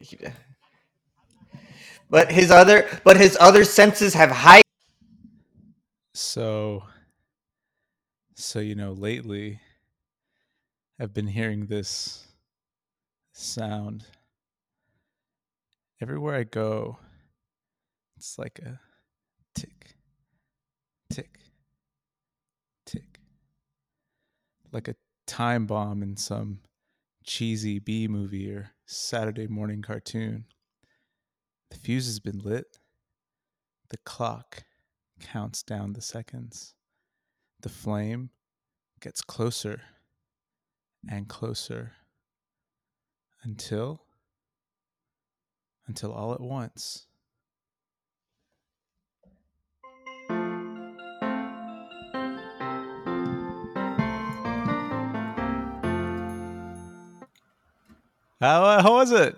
He- but his other but his other senses have high So, so you know, lately I've been hearing this sound everywhere I go. It's like a tick, tick, tick, like a time bomb in some cheesy B movie or Saturday morning cartoon. The fuse has been lit. The clock counts down the seconds. The flame gets closer and closer until until all at once how, uh, how was it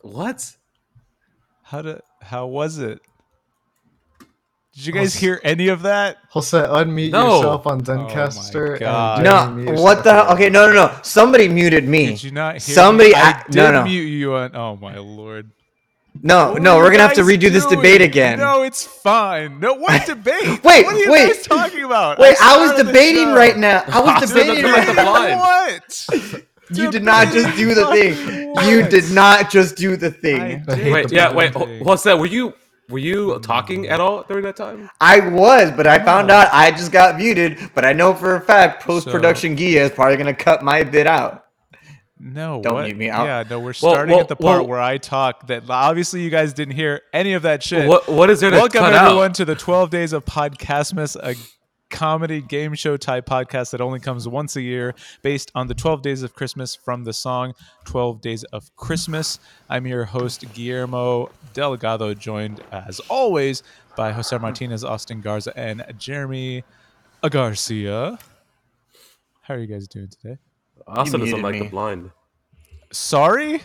What? how did how was it did you guys hear any of that Jose, unmute No. yourself on Oh my Zencaster. God. and no unmute what the yourself. hell okay no no no somebody muted me did you not hear somebody I a- did no no mute you on oh my lord no What no are we're you gonna have to guys redo this doing? debate again No, it's fine. No, what Wait, debate? what are you wait. guys talking about? wait I, was started the debating show. right now I was Started the debating debate right at now the blind. What? you did not just do the thing you did not just do the thing I hate Wait, the yeah, blue wait. ho- What's that? Were you were Hmm. you talking at all during that time? I was, but I found out I just got muted. But I know for a fact post production Gia is probably gonna cut my bit out. No, Don't what? leave me out. Yeah, no, we're starting well, at the part well- where I talk. That obviously you guys didn't hear any of that shit. What what is there to Welcome cut everyone out? to the 12 Days of Podcastmas, a comedy game show type podcast that only comes once a year based on the 12 Days of Christmas from the song 12 Days of Christmas. I'm your host Guillermo Delgado joined as always by Jose Martinez, Austin Garza and Jeremy Garcia. How are you guys doing today? Austin You doesn't muted like me. the blind, Sorry?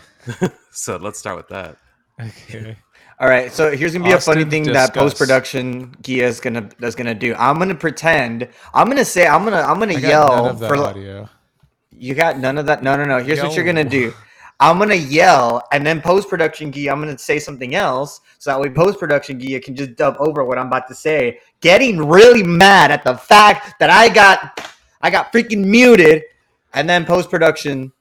so let's start with that. Okay. All right, so here's gonna be a funny Austin, thing that discuss. post production Gia is gonna is gonna do. I'm gonna pretend. I'm gonna say. I'm gonna. I'm gonna I got none yell of that for. audio. You got none of that. No, no, no. Here's what you're gonna Yo. do. I'm gonna yell, and then post production Gia. I'm gonna say something else, so that way post production Gia can just dub over what I'm about to say. Getting really mad at the fact that I got, I got freaking muted, and then post production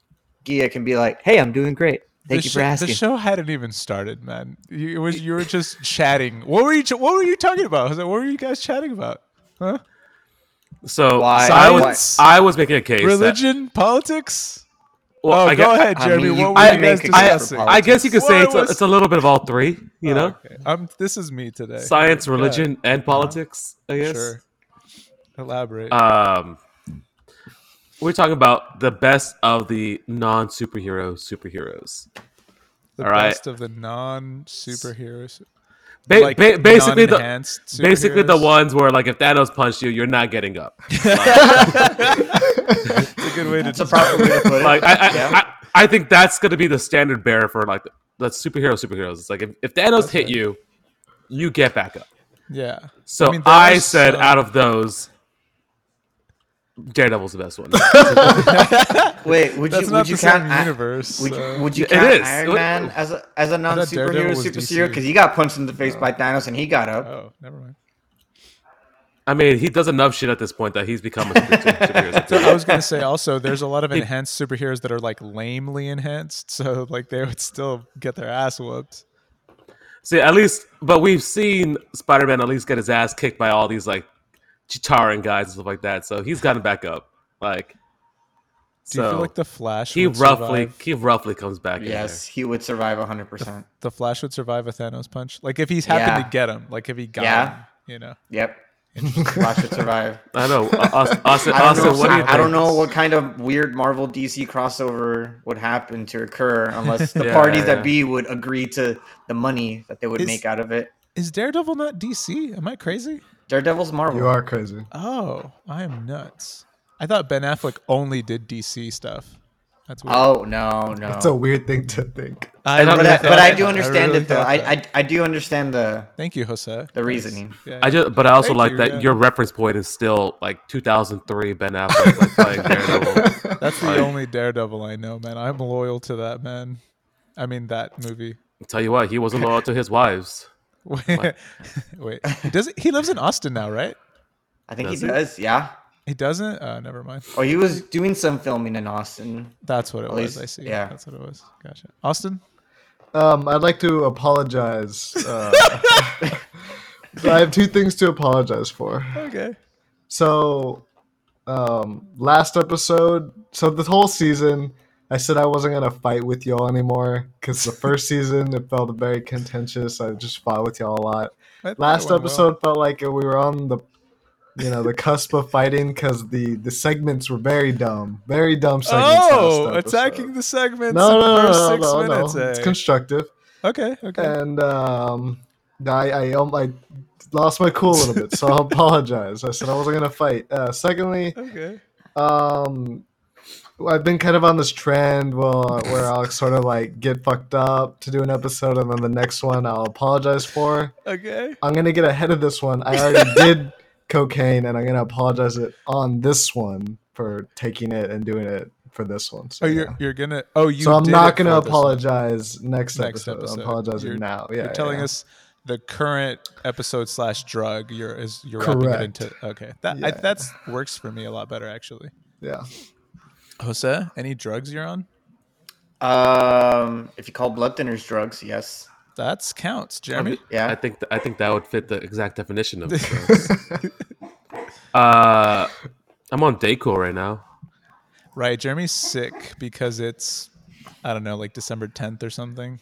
Gia can be like, "Hey, I'm doing great. Thank the you sh- for asking." The show hadn't even started, man. You, it was you were just chatting. What were you? Ch- what were you talking about? I was like, what were you guys chatting about? Huh? So, Why- so I was Science? I was making a case. that- Religion, politics. well, oh, I go guess- ahead, I Jeremy. mean, you what were could you make a guys case for discussing? politics. I guess you could say Well, it's a, it was- it's a little bit of all three. You know, Okay. I'm. This is me today. science, Go religion, and politics. I ahead. guess. Sure. Elaborate. Uh, Um, we're talking about the best of the non-superhero superheroes. the all right. best of the non-superheroes. Ba- Like, ba- basically the non-enhanced basically the superheroes? ones where like if Thanos punched you, you're not getting up. It's a good way to. That's a proper way to put it. Like I I, Yeah. I, I think that's gonna be the standard bearer for like the superhero superheroes. It's like if, if Thanos hit you, you get back up. yeah. So I, mean, uh, there are said some- out of those, Daredevil's the best one. Wait, would That's you not would the you same count? I- universe. Would you, so- would you Yeah, it count is. Iron What- Man as a as a non superhero Daredevil was super DC. because he got punched in the face by Thanos and he got up. oh, never mind. I mean, he does enough shit at this point that he's become a super, superhero. So I was gonna say also, there's a lot of enhanced superheroes that are like lamely enhanced, so like they would still get their ass whooped. See, at least, but we've seen Spider Man at least get his ass kicked by all these like Chitarin guys and stuff like that. So he's gotten back up. Like, Do you so feel like the Flash? he would roughly survive- he roughly comes back. in Yes, he would survive hundred percent. the Flash would survive a Thanos punch. Like if he's happened Yeah. to get him, like if he got Yeah. him, you know. Yep, Flash would survive. there. I know. Uh, Aus- Austin, I don't, Austin, know, what do you I, I think? don't know what kind of weird Marvel DC crossover would happen to occur unless the Yeah, parties yeah. that be would agree to the money that they would Is- make out of it. Is Daredevil not DC? Am I crazy? Daredevil's Marvel. You are crazy. Oh, I am nuts. I thought Ben Affleck only did DC stuff. That's weird. Oh no, no. It's a weird thing to think. I don't- but, really I, thought but I do that. understand really it though. thought I, that. I I do understand the thank you, Jose. the reasoning. Yeah, I just, but I also Thank like you, that yeah. your reference point is still like 2003 Ben Affleck like, playing Daredevil. That's the Like- only Daredevil I know, man. I'm loyal to that man. I mean that movie. Tell you what, he wasn't loyal to his wives. Wait, wait. He doesn't he lives in Austin now, right? I think Does he he? does. Yeah. He doesn't. Uh, never mind. Or Oh, he was doing some filming in Austin. That's what it At was. least- I see. yeah. That's what it was. Gotcha. Austin. Um, I'd like to apologize. Uh, I have two things to apologize for. Okay. So, um, last episode, so this whole season, I said I wasn't gonna fight with y'all anymore because the first season it felt very contentious. I just fought with y'all a lot. I thought it went Last well. episode felt like we were on the, you know, the cusp of fighting because the the segments were very dumb, very dumb segments. Oh, last episode. attacking the segments. No, in the no, no, first no, six no, no, minutes. It's Uh, eh? constructive, okay. Okay. and um, I I um, I lost my cool a little bit, so I apologize. I said I wasn't gonna fight. Uh, secondly, okay. um I've been kind of on this trend well where I'll sort of like get fucked up to do an episode and then the next one I'll apologize for. Okay. I'm gonna get ahead of this one. I already did cocaine and I'm gonna apologize it on this one for taking it and doing it for this one. So, Oh, you're yeah. you're gonna. Oh, you. so I'm did not it gonna for this one. apologize next, Next episode. episode. I'm apologizing You're- now. Yeah, You're telling yeah. us the current episode slash drug. You're is you're Correct. wrapping it into. Okay. That I, Yeah. that's works for me a lot better actually. Yeah. Jose, any drugs you're on? Um, if you call blood thinners drugs, yes. That's counts, Jeremy. I Yeah. think th- I think that would fit the exact definition of. drugs. uh, I'm on Dayquil right now. Right, Jeremy's sick because it's I don't know, like December 10th or something.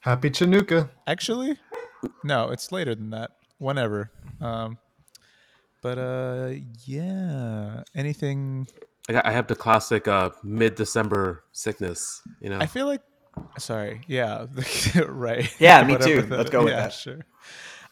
Happy Chinooka. Actually, no, it's later than that. Whenever. Um but uh yeah, anything I, got, I have the classic uh, mid-December sickness. You know, I feel like sorry. Yeah, right. Yeah, me Whatever too. Let's go with yeah, that. Sure.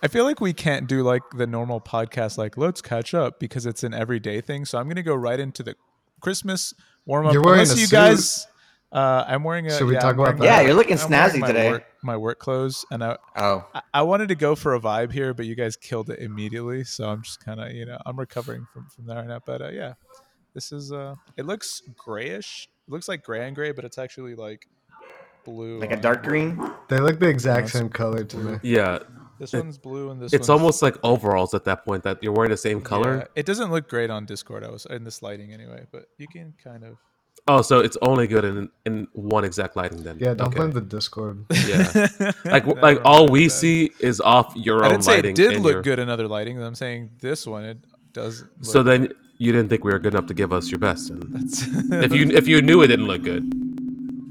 I feel like we can't do like the normal podcast like let's catch up because it's an everyday thing. So I'm going to go right into the Christmas warm up. You're wearing Unless a you suit. guys uh, I'm wearing a Should we yeah, talk I'm about wearing that? Yeah, my- you're looking I'm wearing snazzy my today. work- my work clothes and I Oh. I- I wanted to go for a vibe here, but you guys killed it immediately. So I'm just kind of, you know, I'm recovering from from that right now. But uh, yeah, this is uh, it looks grayish. It looks like gray and gray, but it's actually like blue. Like a on- dark green. They look the exact That's same color to me. yeah, This it- one's blue and this. it's one's, almost like overalls at that point that you're wearing the same color. Yeah, it doesn't look great on Discord. I was in this lighting anyway, but you can kind of. Oh, so it's only good in in one exact lighting then. Yeah, don't Okay. blame the Discord. Yeah. Like Never like all mind we that. see is off your I own didn't say lighting. it did and look your- good in other lighting. I'm saying this one it does. Look So then you didn't think we were good enough to give us your best. And if if you if you knew it didn't look good,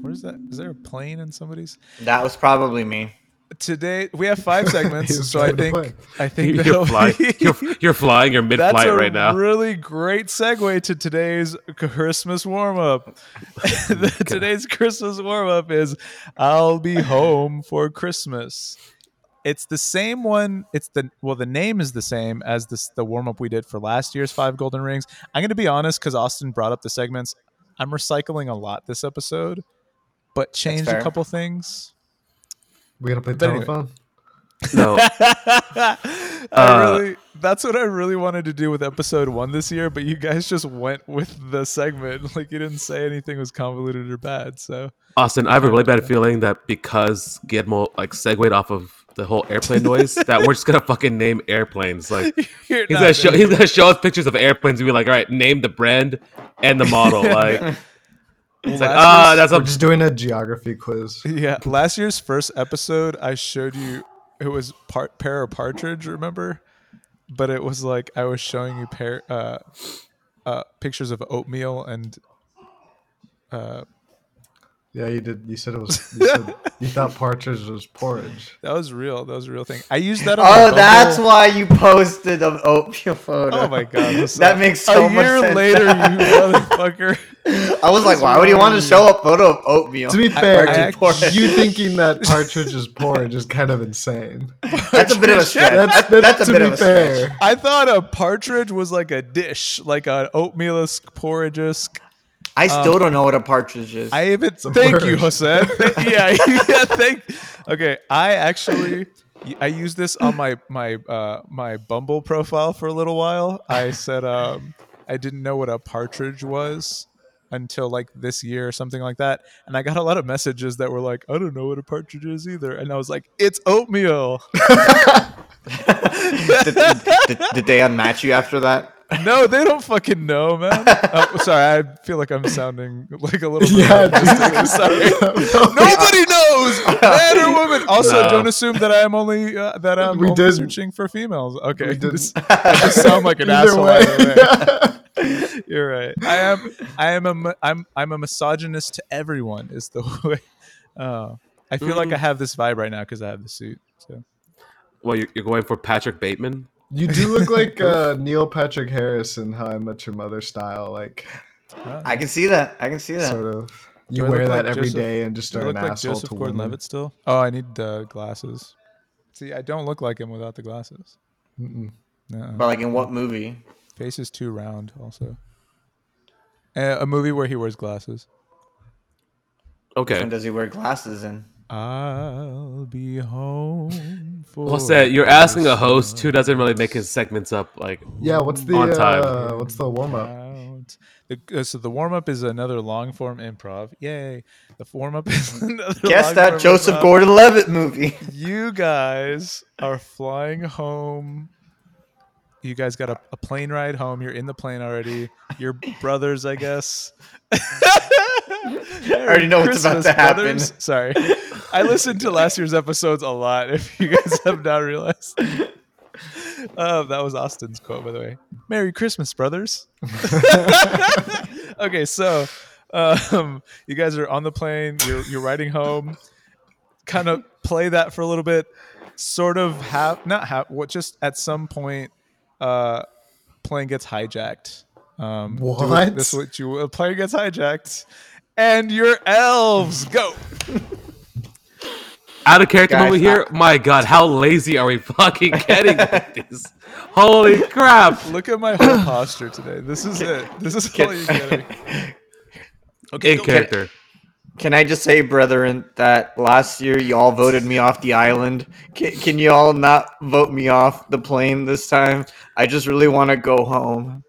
where's that? Is there a plane in somebody's? That was probably me. today we have five He segments, was so I trying to think play. I think you, that'll are flying. be- You're, you're flying. You're mid-flight that's a right now. really great segue to today's Christmas warm up. today's Christmas warm up is "I'll be home for Christmas." It's the same one. It's the well, the name is the same as this the warm up we did for last year's five golden rings. I'm going to be honest because Austin brought up the segments. I'm recycling a lot this episode, but changed a fair. couple things. We gotta play But anyway. telephone. no, I Uh, really that's what I really wanted to do with episode one this year, but you guys just went with the segment. Like you didn't say anything was convoluted or bad. So Austin, I have a really bad feeling that because Gidmo like segued off of the whole airplane noise, that we're just gonna fucking name airplanes. Like he's you're gonna show he's gonna show us pictures of airplanes and be like, all right, name the brand and the model. Like it's like ah, that's We're a just doing a geography quiz. Yeah. Last year's first episode I showed you it was part pear or partridge, remember? But it was like I was showing you pear uh uh pictures of oatmeal and uh Yeah, you did. You said it was. You, said, you thought partridge was porridge. that was real. That was a real thing. I used that on my Oh, that's Bumble- why you posted the oatmeal photo. Oh my god, Jose. That makes so a much year sense. later, you motherfucker. I was like, why would you want to show a photo of oatmeal? To be fair, I actually- you thinking that partridge is porridge is kind of insane. that's a bit of a stretch. That's, That's, that's that's a to bit be of a stretch. fair. I thought a partridge was like a dish, like an oatmeal-esque porridge-esque. I still don't know what a partridge is. I even a thank you, bird. Jose. Th- yeah, yeah, thank. Okay, I actually I used this on my my uh, my Bumble profile for a little while. I said um, I didn't know what a partridge was, until like this year or something like that. And I got a lot of messages that were like, I don't know what a partridge is either. And I was like, it's oatmeal. did, did, did they unmatch you after that? no, they don't fucking know, man. Oh, sorry, I feel like I'm sounding like a little. Yeah, Yeah, sorry. Nobody knows, man or woman. Also, No. don't assume that I'm only uh, that I'm We only didn't. searching for females. Okay, We didn't. This- I just sound like an Either asshole. way. either way. You're right. I am. I am a. mi- I'm. I'm a misogynist to everyone. Is the way. Oh, I feel like Mhm. I have this vibe right now because I have the suit. So Well, you're, you're going for Patrick Bateman. You do look like uh, Neil Patrick Harris in How I Met Your Mother style, like uh, I can see that. I can see that. sort of. You Do I wear look that like every day Joseph- and just Do I are look an like asshole Joseph to women. Gordon-Levitt still? Oh, I need uh, glasses. See, I don't look like him without the glasses. Mm-mm. uh But like in what movie? Face is too round. Also, uh, a movie where he wears glasses. And Okay. does he wear glasses in? I'll be home for. Well, said you're asking a host who doesn't really make his segments up like Yeah, what's the On time. uh, what's the warm up? out. The, uh, so the warm up is another long form improv. Yay! The warm up is another. Guess long-form that Joseph improv. Gordon Levitt movie. you guys are flying home. You guys got a, a plane ride home. You're in the plane already. Your brothers, I guess. I already know what's about to happen. Sorry. I listened to last year's episodes a lot, if you guys have not realized. Uh, that was Austin's quote, by the way. Merry Christmas, brothers. okay, so um, you guys are on the plane. You're, you're riding home. Kind of play that for a little bit. Sort of have not have what just at some point, uh, plane gets hijacked. Um, do with- What? This is what you a plane gets hijacked, and your elves go. out of character Guys, moment here. My God, how lazy are we fucking getting with this? Holy crap! Look at my whole posture today. This is it. This is all you get. Okay, In character. Can I just say, brethren, that last year you all voted me off the island? Can, can you all not vote me off the plane this time? I just really want to go home.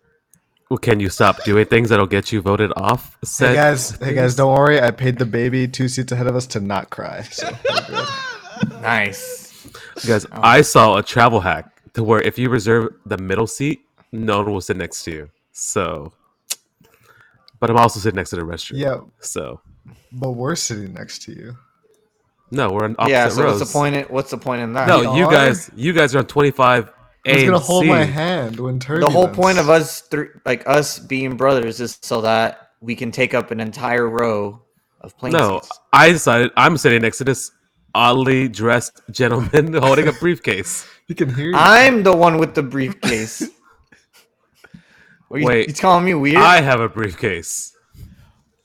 Well, can you stop doing things that'll get you voted off? Said Hey guys, hey guys, don't worry. I paid the baby two seats ahead of us to not cry. So. Nice. Guys, Oh. I saw a travel hack to where if you reserve the middle seat, no one will sit next to you. So, but I'm also sitting next to the restroom. yeah, So, but we're sitting next to you. no, we're on opposite yeah. So rows. what's the point? In, what's the point in that? No, you are? guys, you guys are on 25 A. Who's and gonna hold C. my hand when turbulence? the whole point of us, three, like us being brothers, is so that we can take up an entire row of plane No, seats. I decided I'm sitting next to this oddly dressed gentleman holding a briefcase. you can hear. You. I'm the one with the briefcase. What, you- Wait. you calling me weird? I have a briefcase.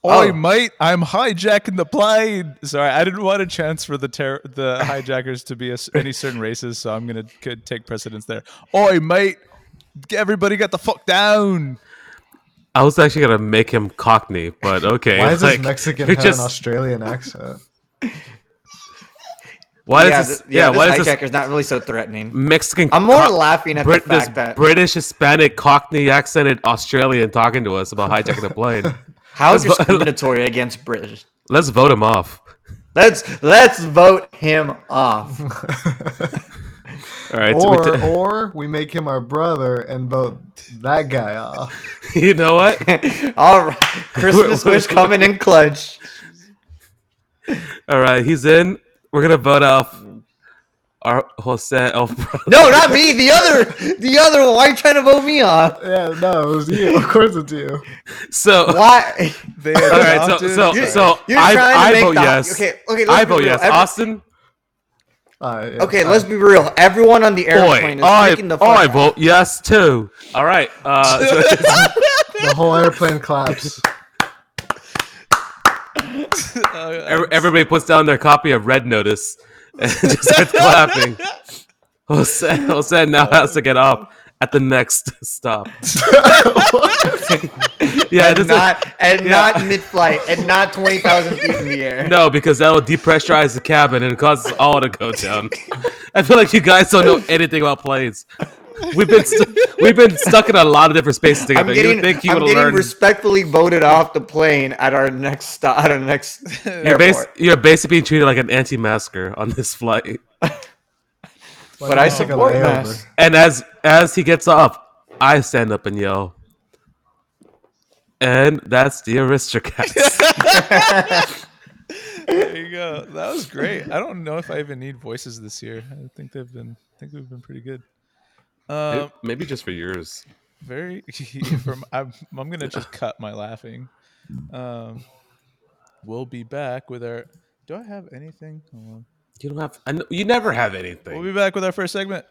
Oi, Oh. mate, I'm hijacking the plane. Sorry, I didn't want a chance for the ter- the hijackers to be a s any certain races, so I'm gonna could take precedence there. Oi, mate, everybody got the fuck down. I was actually gonna make him Cockney, but okay. Why does like, this Mexican you're have an just- Australian accent? Why yeah, does this? th- Yeah, yeah, why this does this hijacker's not really so threatening. Mexican? I'm more Cock- laughing at Brit- the this fact that British Hispanic Cockney accented Australian talking to us about hijacking the plane. how Let's vo- discriminatory against British. Let's vote him off. Let's let's vote him off. All right, so we Or, t- or we make him our brother and vote that guy off. you know what? All right, Christmas wish coming in clutch. All right, he's in. We're gonna vote off our Jose El. No, not me. The other, the other one. Why are you trying to vote me off? Yeah, no, it was you. Of course, it's you. So Why? They All right, so adopted- so, You're- so you're I, trying to I make vote the- yes. okay, okay, let's I be vote real. yes. Every- Austin, All right, yeah, Okay, all let's right. be real. Everyone on the boy, airplane I, is freaking the fuck. I out. vote yes too. All right, uh, so- The whole airplane claps. uh, ev- everybody puts down their copy of Red Notice and just starts clapping. Jose, Jose now has to get off at the next stop. yeah, and this is, not and yeah. not mid-flight and not twenty thousand feet in the air. no, because that'll depressurize the cabin and cause us all to go down. I feel like you guys don't know anything about planes. We've been st- we've been stuck in a lot of different spaces I'm together. you getting, would think you I'm would getting learn. respectfully voted off the plane at our next stop, at our next you're, airport. bas- you're basically being treated like an anti-masker on this flight. But I Like, support like a layover. masks. And as as he gets up, I stand up and yell. And that's the aristocrats. there you go. That was great. I don't know if I even need voices this year. I think they've been. I think we've been pretty good. Um, Uh, Maybe just for yours. very. From I'm, I'm gonna just cut my laughing. Um, we'll be back with our. Do I have anything? Hold on. You don't have. I know, you never have We'll anything. be back with our first segment.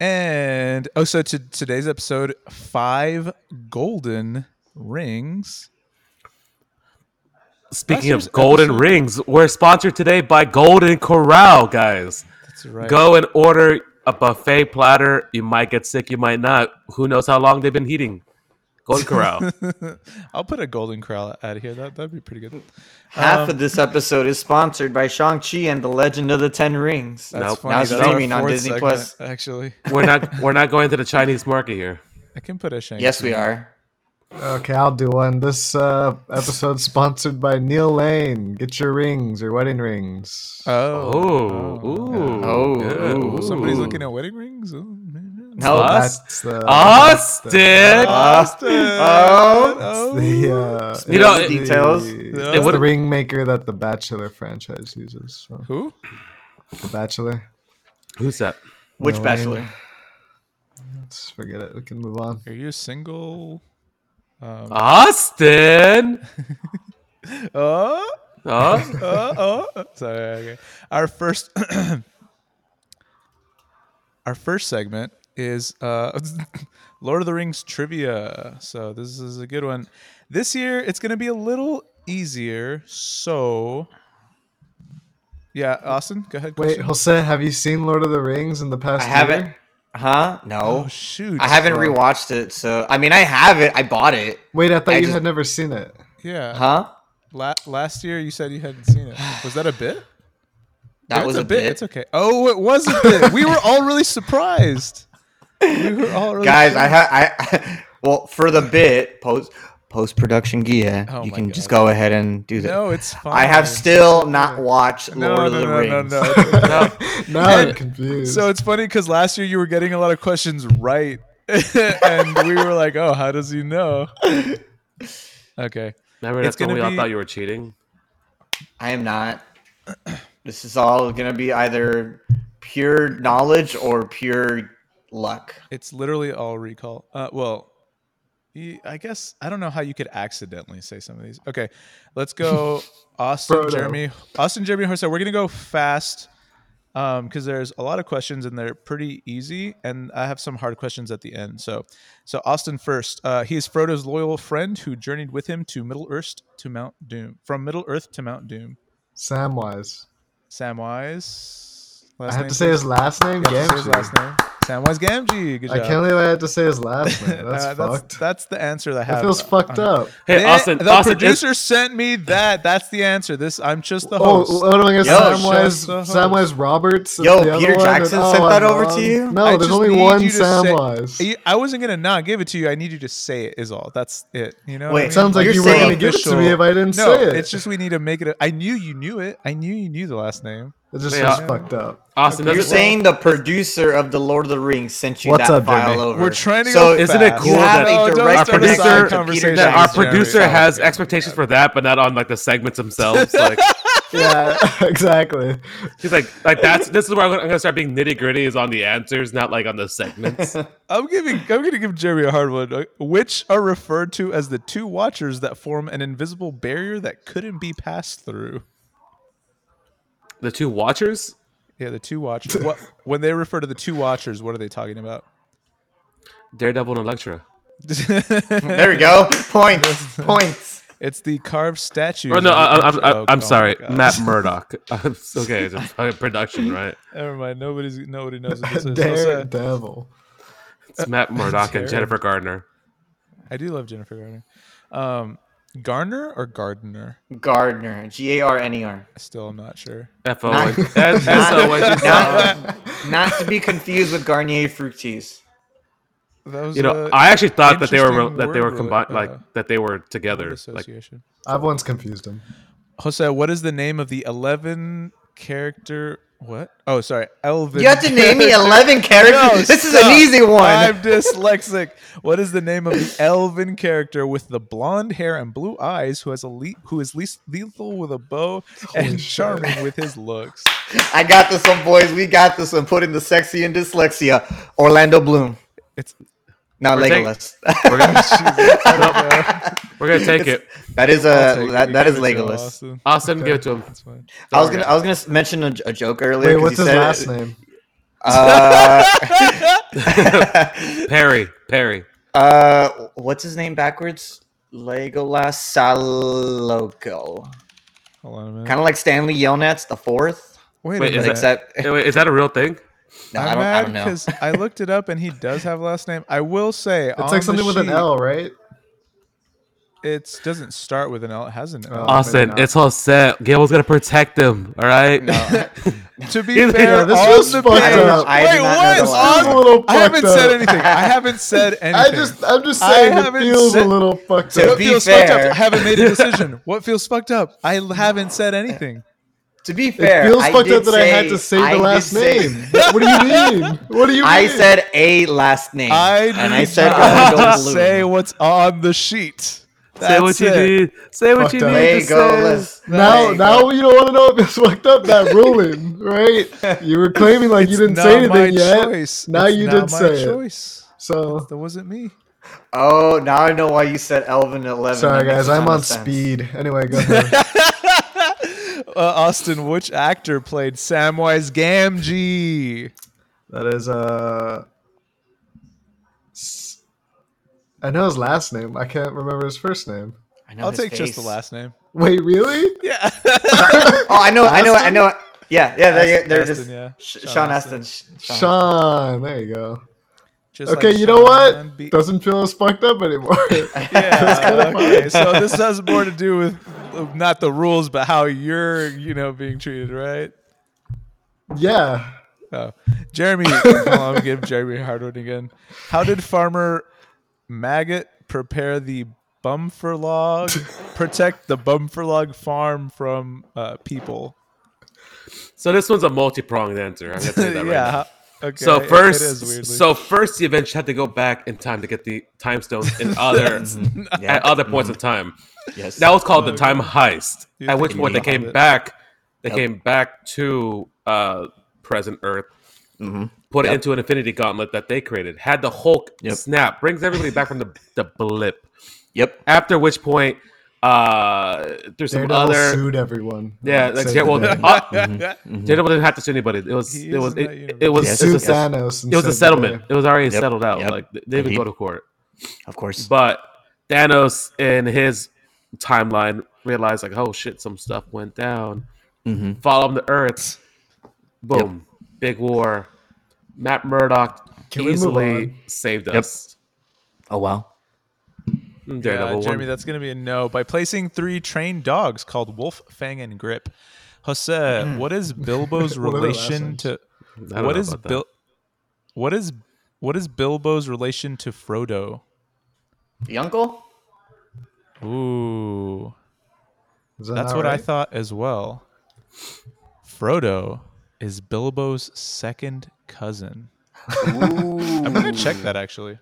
And oh, so to today's episode, five golden rings. Speaking Last year's of golden episode- rings, we're sponsored today by Golden Corral, guys. That's right. Go and order a buffet platter. You might get sick, you might not. Who knows how long they've been heating? Golden Corral. I'll put a golden corral out of here. That that'd be pretty good. Half Um, of this episode is sponsored by Shang-Chi and the Legend of the Ten Rings. That's Nope. funny. Now it's That's our streaming on fourth Disney segment, Plus. Actually, we're not we're not going to the Chinese market here. I can put a Shang. Yes, we are. Okay, I'll do one. This uh, episode's sponsored by Neil Lane. Get your rings, your wedding rings. Uh, Oh, Oh, oh, ooh, Oh, yeah, ooh. somebody's ooh. looking at wedding rings. Oh, man. No, Us? that's the Austin. Austin. oh, that's the, uh, You know, it's it- the- details. it's It the would've- ring maker that the Bachelor franchise uses. So, Who? the Bachelor. Who's that? Which No, I- bachelor? Let's forget it. We can move on. Are you single? Um, Austin. oh, Oh, oh, oh. Sorry. Okay. Our first, our first segment is uh, Lord of the Rings trivia. So this is a good one. This year, it's going to be a little easier. So, yeah, Austin, go ahead. Wait, question. Jose, have you seen Lord of the Rings in the past I haven't. year? Huh? oh, No. shoot, I haven't Uh, rewatched it. So, I mean, I have it. I bought it. Wait, I thought I you just- had never seen it. Yeah, Huh? La- last year you said you hadn't seen it. Was that a bit? That It's was a bit. It's okay. Oh, it was a bit. We were all really surprised. We were all really Guys, I have. I well for the bit post post production gear. Oh you my can just God. go ahead and do that. No, it's fine. I have still not watched No, Lord of no, the no, no, Rings. no, it's okay. now I'm confused. So it's funny because last year you were getting a lot of questions right, and we were like, "Oh, how does he know?" Okay. remember It's that's when we gonna all be- thought you were cheating. I am not. This is all gonna be either pure knowledge or pure luck. It's literally all recall. Uh, well, y- I guess I don't know how you could accidentally say some of these. Okay, let's go, Austin, Frodo. Jeremy, Austin, Jeremy, Jose. We're gonna go fast because there's a lot of questions and they're pretty easy, and I have some hard questions at the end. So, so Austin first. Uh, he is Frodo's loyal friend who journeyed with him to Middle Earth to Mount Doom. From Middle Earth to Mount Doom, Samwise. Samwise. I Last had name, to say please? his last name. You have to say his Gamgee. last name. Samwise Gamgee. Good job. I can't believe I had to say his last name. That's Uh, fucked. That's the answer that that happened. feels fucked up. Hey, Austin. Eh, the Austin, is- producer sent me that. That's the answer. This I'm just the Oh, host. what am I gonna say? Yo, Samwise, just the host. Samwise Roberts. is Yo, the other Peter one, and- Jackson oh, sent I'm that over to wrong. you? No, I there's just only need one you to say- Samwise. You- I wasn't gonna not give it to you. I need you to say it is all. That's it. You know. what I Wait, mean? Sounds like You're you were gonna saying- give it to official- me if I didn't No, say it. it's just we need to make it. A, I knew you knew it. I knew you knew the last name. it just Wait, feels uh, fucked up. Austin, You're doesn't- saying the producer of the Lord of the Rings sent you What's that up, file Jeremy? over. We're trying to So go Isn't it fast. cool that You have a No, don't direct start a producer- side that our conversation. that our Jackson, Jeremy. producer has expectations for that, but not on like the segments themselves. Like yeah, exactly. he's like, like that's this is where I'm gonna, I'm gonna start being nitty gritty is on the answers, not like on the segments. I'm giving I'm gonna give Jeremy a hard one, Uh, which are referred to as the two watchers that form an invisible barrier that couldn't be passed through. the two watchers. Yeah, the two watchers. what when they refer to the two watchers, what are they talking about? Daredevil and Electra. There we go. Points. Points. it's the carved statues. Or of no, the I, I, I'm, ancient- I'm, oh, I'm oh sorry, my God. Matt Murdock. okay, it's a fucking production, right? Never mind. Nobody's nobody knows what this is. Also, Daredevil. It's Matt Murdock and Terrible. Jennifer Gardner. I do love Jennifer Garner. Um, Garner or Gardner? Gardner, G A R N E R. Still, I'm not sure. F O N Not- S O N G not- sound. Not to be confused with Garnier fruit teas. That was You know, uh, I actually thought that they were interesting that they were word combined, rela- uh, like that they were word together. Like association. I've once confused him. Jose, what is the name of the 11 character? What? Oh, sorry, Elvin. You have to name me character- 11 characters. No, this is stop. an easy one. I'm dyslexic. What is the name of the elven character with the blonde hair and blue eyes who has a le- who is least lethal with a bow and shit. charming with his looks? I got this one, boys. We got this one. Putting the sexy in dyslexia. Orlando Bloom. It's Not We're taking- Legolas. we're gonna, we're gonna take it. that is I'll a take it. Uh, that, You that give is it to Legolas. Austin. Austin, give it to him. That's fine. I was gonna I was gonna s- mention a, j- a joke earlier. Wait, 'cause what's you his said it. last name? Uh, Perry, Perry. uh, what's his name backwards? Legolas Salogo. Hold on a minute. Kind of like Stanley Yelnats the fourth, Wait, Wait, a is but that- minute. except Hey, wait, is that a real thing? no, I'm I don't, I mad don't know. 'cause I looked it up and he does have a last name. I will say It's like something with an L, right? It doesn't start with an L. It has an L. Oh, Austin, not. it's all set. Gable's gonna protect him. All right. No, to be Yo, fair, this on was the fucked page- up. I did not Wait, know what? the It's last on- name. a little I haven't fucked said up. anything. I haven't said I anything. just, I'm just I saying, it haven't feels said- a little fucked To up. what be feels fucked fair- up? I haven't made a decision. What feels fucked up? I haven't said anything. to be It fair, feels I fucked did up that I had say- to say I the did last say- name. what do you mean? What do you mean? I said a last name, I and I need said not Orlando Bloom. say what's on the sheet. That's Say what you it. need. Say what Fucked you up. need. To say. Legolas. Now, Legolas. now you don't want to know if it's fucked up that ruling, right? You were claiming like you It's didn't not say my anything yet. Choice. Now It's you not did my say it. choice. So That wasn't me. Oh, now I know why you said Elvin at eleven. sorry, That makes guys, a I'm ton of on sense. speed. Anyway, go ahead. Uh, Austin, which actor played Samwise Gamgee? that is uh, s- I know his last name. I can't remember his first name. I know I'll his take just the face. last name. Wait, really? Yeah. Oh, I know, I know, I know. Yeah, yeah, there, Aston, there it Aston, is. yeah. Sh- Sean Sean Aston. Aston. Sh- Sean. Sean. There you go. Just Okay, like you know Sean what? B- Doesn't feel as fucked up anymore. yeah. okay. So this has more to do with uh, not the rules, but how you're, you know, being treated, right? yeah. Oh. Jeremy, hold on, I'm give Jeremy a hard one again. How did farmer Maggot prepare the Bumferlog, protect the Bumferlog farm from uh, people? So this one's a multi-pronged answer. I'm gonna say that right now. yeah. Okay. So it- it is weirdly. first, so first, you eventually had to go back in time to get the time stones in other at other points of time. Mm-hmm. Yes. That was called the Oh, time heist. You're At which thinking point they about came it. back, they came back to uh, present Earth, Mm-hmm. put it into an Infinity Gauntlet that they created. Had the Hulk Yep. snap, brings everybody back from the the blip. Yep. After which point, uh, there's some Daredevil other sued everyone. yeah, like Saved yeah, the well, day. uh, Hmm. Daredevil didn't have to sue anybody. It was He it is was in that it, it universe. Mm-hmm. Yes, was it's a- Sue yes. Thanos. and it was saved a the settlement. day. It was already Yep, settled out. yep. Like they didn't even go Indeed. to court. Of course. But Thanos in his timeline realized like, oh shit, some stuff went down. Mhm. Fall on the earth. Boom. Big war. Matt Murdock Can we move easily on? saved us. Oh wow. Mm, Yeah, Daredevil Jeremy, won. that's going to be a no. By placing three trained dogs called Wolf, Fang, and Grip. Jose, what is Bilbo's Hmm. What are their last relation names? to I don't what know is about that. Bil- what is what is Bilbo's relation to Frodo? The uncle. Ooh, Is that that's not what I right? thought as well. Frodo is Bilbo's second cousin. I'm gonna check that actually.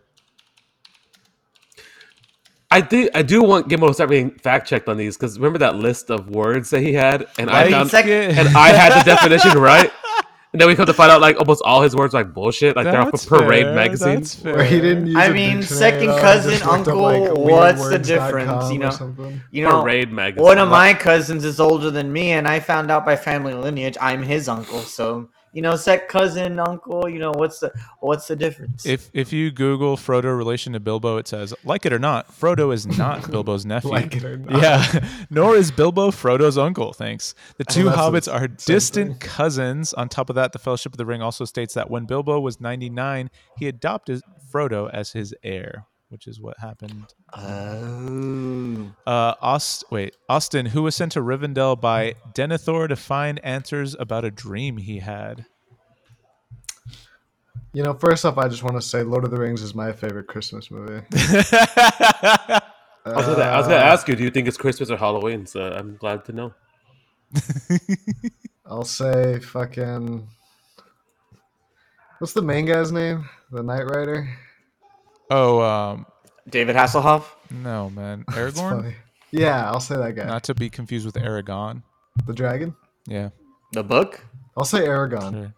I do I do want Gimbo to start being fact checked on these because remember that list of words that he had and I Like found sec- it. and I had the definition right. And then we come to find out like almost all his words are, like bullshit. Like they're off That's of parade fair, magazines. that's Where fair. he didn't use I a mean, dictionary at second all, he cousin, just looked up, uncle, like, what's the weirdwords.com difference, you or know? something. You know, Parade magazine. one of my cousins is older than me, and I found out by family lineage I'm his uncle. So you know, sec cousin, uncle. You know, what's the what's the difference? If if you Google Frodo relation to Bilbo, it says, like it or not, Frodo is not Bilbo's nephew. Like it or not. Yeah, nor is Bilbo Frodo's uncle. Thanks. The two that's the hobbits are same distant cousins. On top of that, the Fellowship of the Ring also states that when Bilbo was 99, he adopted Frodo as his heir, which is what happened. oh, Uh, Aust- wait, Austin, who was sent to Rivendell by Denethor to find answers about a dream he had. You know, first off, I just want to say Lord of the Rings is my favorite Christmas movie. I was, gonna, I was gonna ask you, do you think it's Christmas or Halloween? So I'm glad to know. I'll say fucking. What's the main guy's name? The Knight Rider? oh, um, David Hasselhoff. no, man, It's Aragorn. funny. Yeah, I'll say that guy. Not to be confused with Aragon. the dragon? Yeah, The book. I'll say Aragon. sure.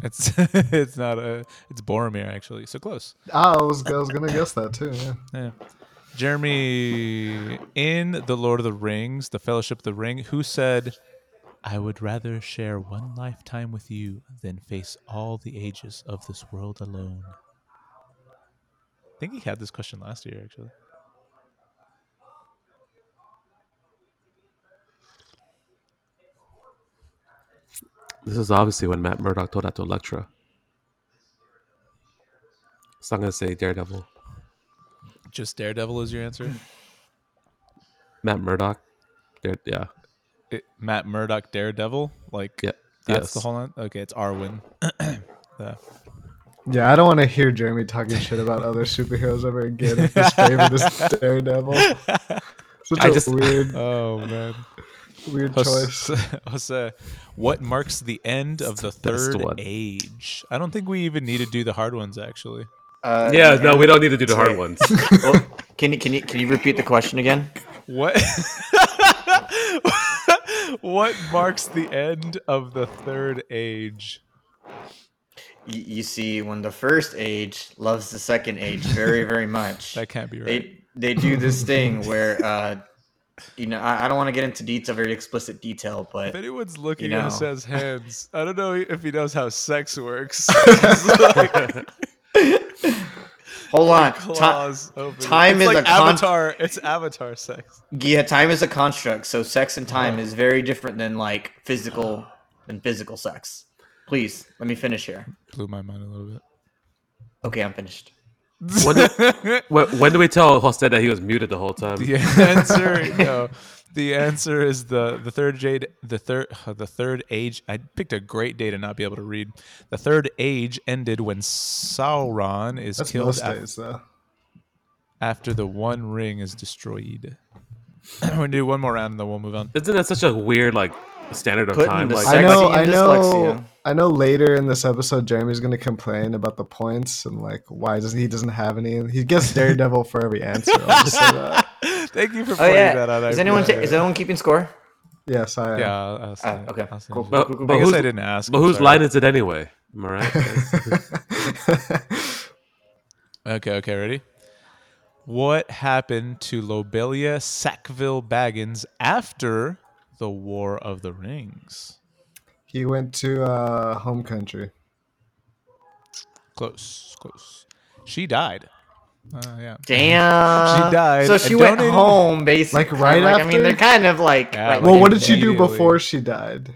It's it's not a it's Boromir actually. So close. Ah, I was, I was going to guess that too, yeah. Yeah. Jeremy, in The Lord of the Rings, The Fellowship of the Ring, who said, I would rather share one lifetime with you than face all the ages of this world alone? I think he had this question last year, actually. This is obviously when Matt Murdock told that to Elektra. So I'm gonna say Daredevil. Just Daredevil is your answer? Matt Murdock. Dare, yeah. It- Matt Murdock, Daredevil? Like, Yeah. that's yes. the whole one? Okay, it's Arwen. Uh, Yeah, I don't want to hear Jeremy talking shit about other superheroes ever again. If his favorite is Daredevil, such I a just- weird, oh, man. weird choice. Jose, Jose, what marks the end of the best third one. age? I don't think we even need to do the hard ones actually. Uh, Yeah, no, we don't need to do the hard Sorry. ones. oh, can you can you can you repeat the question again? What What marks the end of the third age? Y- you see, when the first age loves the second age very very much, That can't be right. they they do this thing where uh, you know I, I don't want to get into detail, very explicit detail, If but anyone's looking You at know. Jose's hands, I don't know if he knows how sex works. It's like hold on, time, claws open. time it's is like a con- avatar. It's avatar sex. yeah, time is a construct, so sex and time is very different than like physical than physical sex. Please let me finish here. Blew my mind a little bit. Okay, I'm finished. when, do, when, when do we tell Hosted that he was muted the whole time? The answer, no. The answer is the the third jade the third the third age. I picked a great day to not be able to read. The third age ended when Sauron is That's killed most af- days, though. after the One Ring is destroyed. We're gonna do one more round and then we'll move on. Isn't that such a weird like standard of Putting time? the Like, I Sexy know, and I know, dyslexia. I know. Later in this episode, Jeremy's gonna complain about the points and like why does he doesn't have any? He gets Daredevil for every answer. I'll just say that. Thank you for Oh pointing that out. yeah, I is anyone ta- appreciate is it. anyone keeping score? Yes, I am. yeah, I'll, I'll send it. okay, I'll send cool. it. but, Google. but I guess whose, I didn't ask. but I'm whose sorry. line is it anyway? Am I right? Okay, okay, ready? What happened to Lobelia Sackville Baggins after the War of the Rings? he went to uh, home country. Close, close. She died. Uh, yeah. Damn. She died So she and went donated- home, basically. Like, right I mean, they're after? kind of like. Yeah, like- like- Well, what did she do Immediately. before she died?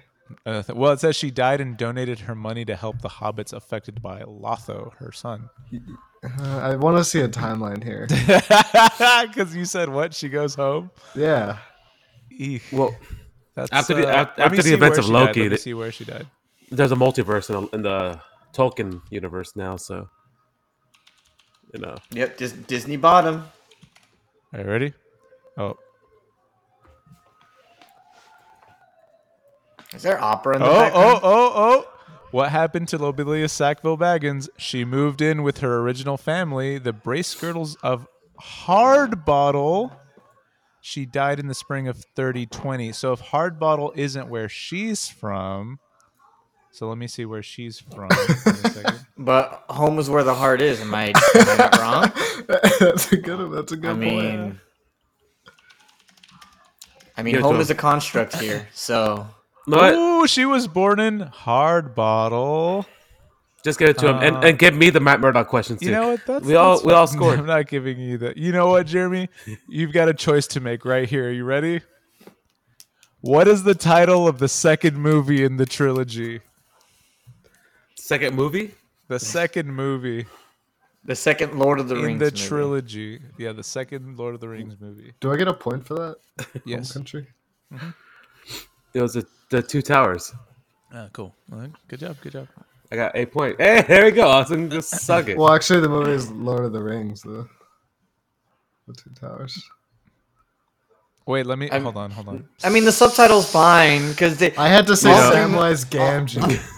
Uh, th- well, it says she died and donated her money to help the hobbits affected by Lotho, her son. Uh, I want to see a timeline here. Because you said what? She goes home. Yeah. Eek. well, That's, uh, After the- let af- me after the see events where of she died. Loki, Let me the- see where she died. there's a multiverse in the, in the Tolkien universe now, so you know. Yep, Dis- Disney bottom. Are you ready? Oh, Is there opera in the Oh, background? oh, oh, oh. What happened to Lobelia Sackville Baggins? She moved in with her original family, the Brace Girdles of Hardbottle. She died in the spring of 3020. So if Hardbottle isn't where she's from, so let me see where she's from. Give me a second. But home is where the heart is. Am I, am I not wrong? that's a good. That's a good I point. mean, I mean, Give it to home him. is a construct here. So No, I- Ooh, she was born in Hardbottle. just give it to him and, and give me the Matt Murdock questions too. You know what? That's we all that's we all fine. I'm scored. not giving you that. You know what, Jeremy? You've got a choice to make right here. you ready? What is the title of the second movie in the trilogy? Second movie. The second movie. The second Lord of the in Rings. the movie. trilogy. Yeah, the second Lord of the Rings movie. Do I get a point for that? Home Yes. country. It was the, the two towers. Uh, cool. All right. Good job. Good job. I got eight point. Hey, there we go. Austin, just suck it. Well, actually, the movie is Lord of the Rings, the the Two Towers. Wait, let me I'm- hold on. Hold on. I mean, the subtitle's fine because they. I had to say Well, Samwise Gamgee.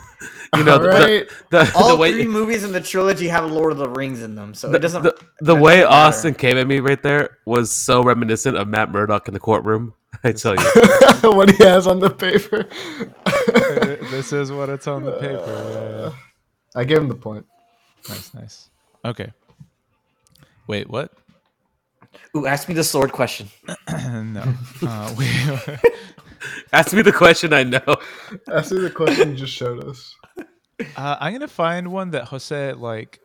You know, the, Alright. the, the, all the way three movies in the trilogy have Lord of the Rings in them, so the, it doesn't. the, the way doesn't matter. Austin came at me right there was so reminiscent of Matt Murdock in the courtroom. I tell you, what he has on the paper. uh, this is what it's on the paper. I gave him the point. Yeah. Nice, nice. Okay. Wait, what? Ooh, ask me the sword question. no. Uh, we, ask me the question. I know. That's the question you just showed us. uh, I'm gonna find one that Jose like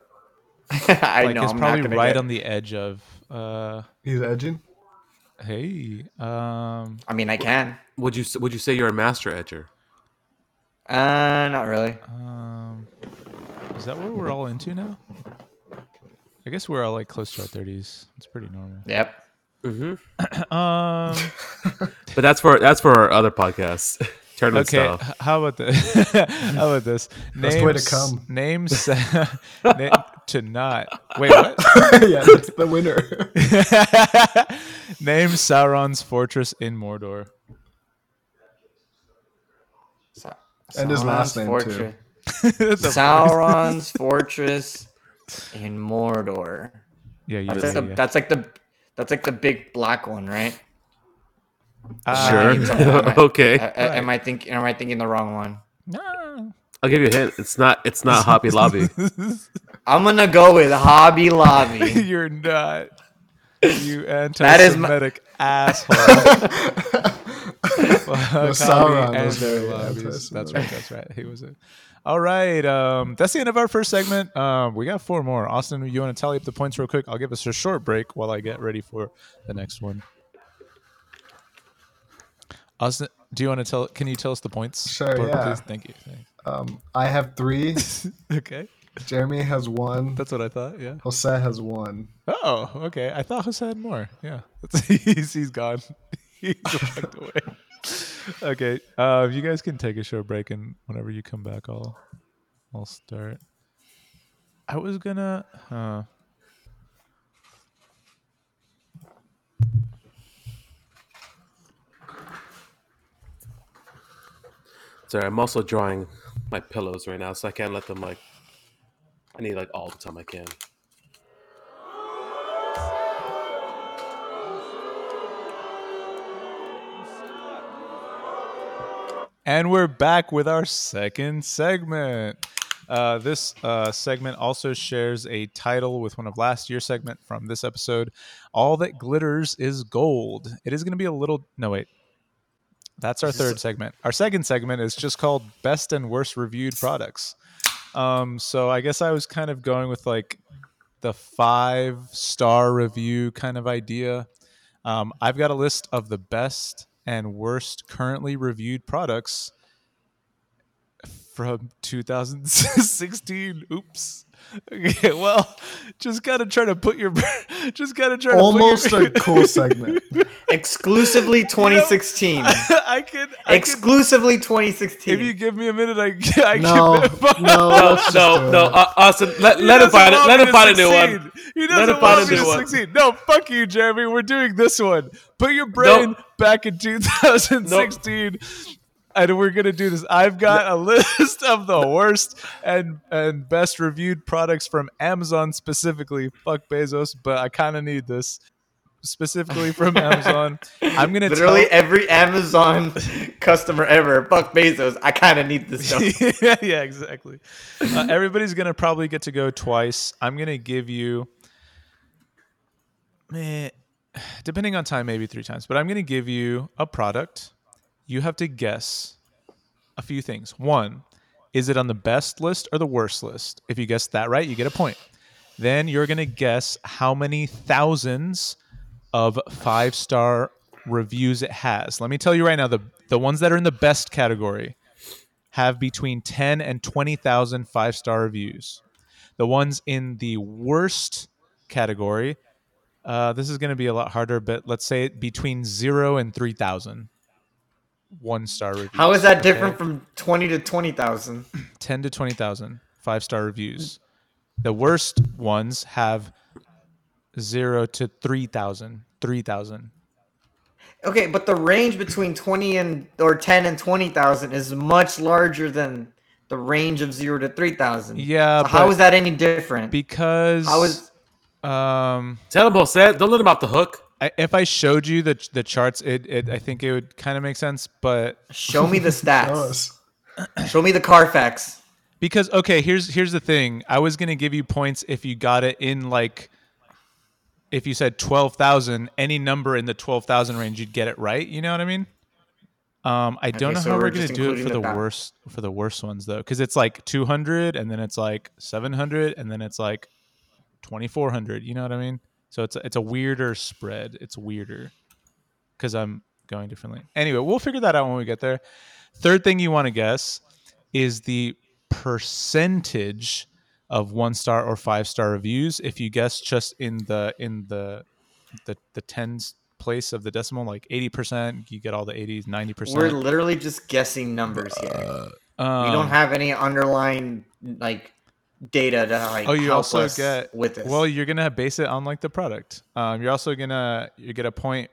I like know. is I'm not probably gonna right get- on the edge of. Uh, He's edging. hey, um, I mean, I can. Would you would you say you're a master edger? Uh, not really. um, is that what we're all into now? I guess we're all like close to our thirties. It's pretty normal. Yep. Mm-hmm. Um, But that's for that's for our other podcast, Tournament okay. Style. h- How about this? how about this? Best way to come. Names na- to not. Wait, what? yeah, that's the winner. Name Sauron's fortress in Mordor. Sa- And his last Sauron's name, too. fortress. The- Sauron's fortress in Mordor. yeah, yeah, That's, yeah, like the, yeah. that's like the that's like the big black one, right? Uh, Alright. sure. okay. Uh, uh, Am I think am I thinking the wrong one? no. I'll give you a hint. It's not it's not Hobby Lobby. I'm gonna go with Hobby Lobby. You're not. You anti-Semitic asshole. Well, Sauron Kali and was their very lobbies. That's anti-Semitic. right. That's right. He was it. All right. Um, that's the end of our first segment. Um, we got four more. Austin, you want to tally up the points real quick? I'll give us a short break while I get ready for the next one. Austin, do you want to tell? Can you tell us the points? Sure, yeah. Thank you. Thanks. Um, I have three. Okay. Jeremy has one. That's what I thought. Yeah. Jose has one. Oh, okay. I thought Jose had more. Yeah, That's- he's he's gone. He's walked away. Okay, uh, you guys can take a short break, and whenever you come back, I'll I'll start. I was gonna. Huh. Sorry, I'm also drawing my pillows right now, so I can't let them like. I need like all the time I can. And we're back with our second segment. Uh, this uh, segment also shares a title with one of last year's segment from this episode. All that glitters is gold. It is going to be a little. No wait, that's our third segment. Our second segment is just called best and worst reviewed products. Um, so I guess I was kind of going with like the five star review kind of idea. Um, I've got a list of the best and worst currently reviewed products from 2016. Oops. Okay, well, just gotta try to put your, just gotta try to Almost put a cool segment. Exclusively 2016. your, I can, I can, Exclusively if you 2016. give me a minute, I, can- I No, can. find- no, let's just do No, it. no, uh, Austin, let, He let doesn't him find it. want Let me him to find a new succeed. one. He Let doesn't him find want a me new to one. succeed. No, fuck you, Jeremy. We're doing this one. Put your brain back in 2016. And we're gonna do this. I've got a list of the worst and and best reviewed products from Amazon specifically. Fuck Bezos, but I kind of need this specifically from Amazon. I'm gonna Literally tell- every Amazon customer ever. Fuck Bezos. I kind of need this stuff. yeah, yeah, exactly. Uh, everybody's gonna probably get to go twice. I'm gonna give you, meh, depending on time, maybe three times. But I'm gonna give you a product. You have to guess a few things. One, is it on the best list or the worst list? If you guess that right, you get a point. Then you're gonna guess how many thousands of five star reviews it has. Let me tell you right now, the the ones that are in the best category have between 10 and 20,000 five star reviews. The ones in the worst category. Uh, this is going to be a lot harder, but let's say it between zero and three thousand. One star reviews. How is that different okay? from twenty to twenty thousand? 10 to 20,000 five star reviews. The worst ones have zero to 3,000. 3,000. Okay, but the range between twenty and or ten and twenty thousand is much larger than the range of zero to three thousand. Yeah, So how but- is that any different? Because how is um, Tell him, Jose. Don't let him off the hook. I, if I showed you the, the charts, it, it I think it would kind of make sense. But show me the stats? Us. show me the Carfax. because okay, here's here's the thing. I was gonna give you points if you got it in like if you said twelve thousand, any number in the twelve thousand range, you'd get it right. You know what I mean? Um, I don't Okay, know so how we're, we're gonna just do it including for the the back. worst for the worst ones though, because it's like two hundred, and then it's like seven hundred, and then it's like twenty four hundred. You know what I mean? So it's a, it's a weirder spread. It's weirder because I'm going differently. Anyway, we'll figure that out when we get there. Third thing you want to guess is the percentage of one star or five star reviews. If you guess just in the in the the the tens place of the decimal, like eighty percent, you get all the eighties, ninety We're percent. literally just guessing numbers here. we Um, don't have any underlying like data to like Oh, you help also us get with this. Well, you're gonna base it on like the product. Um, you're also gonna you get a point.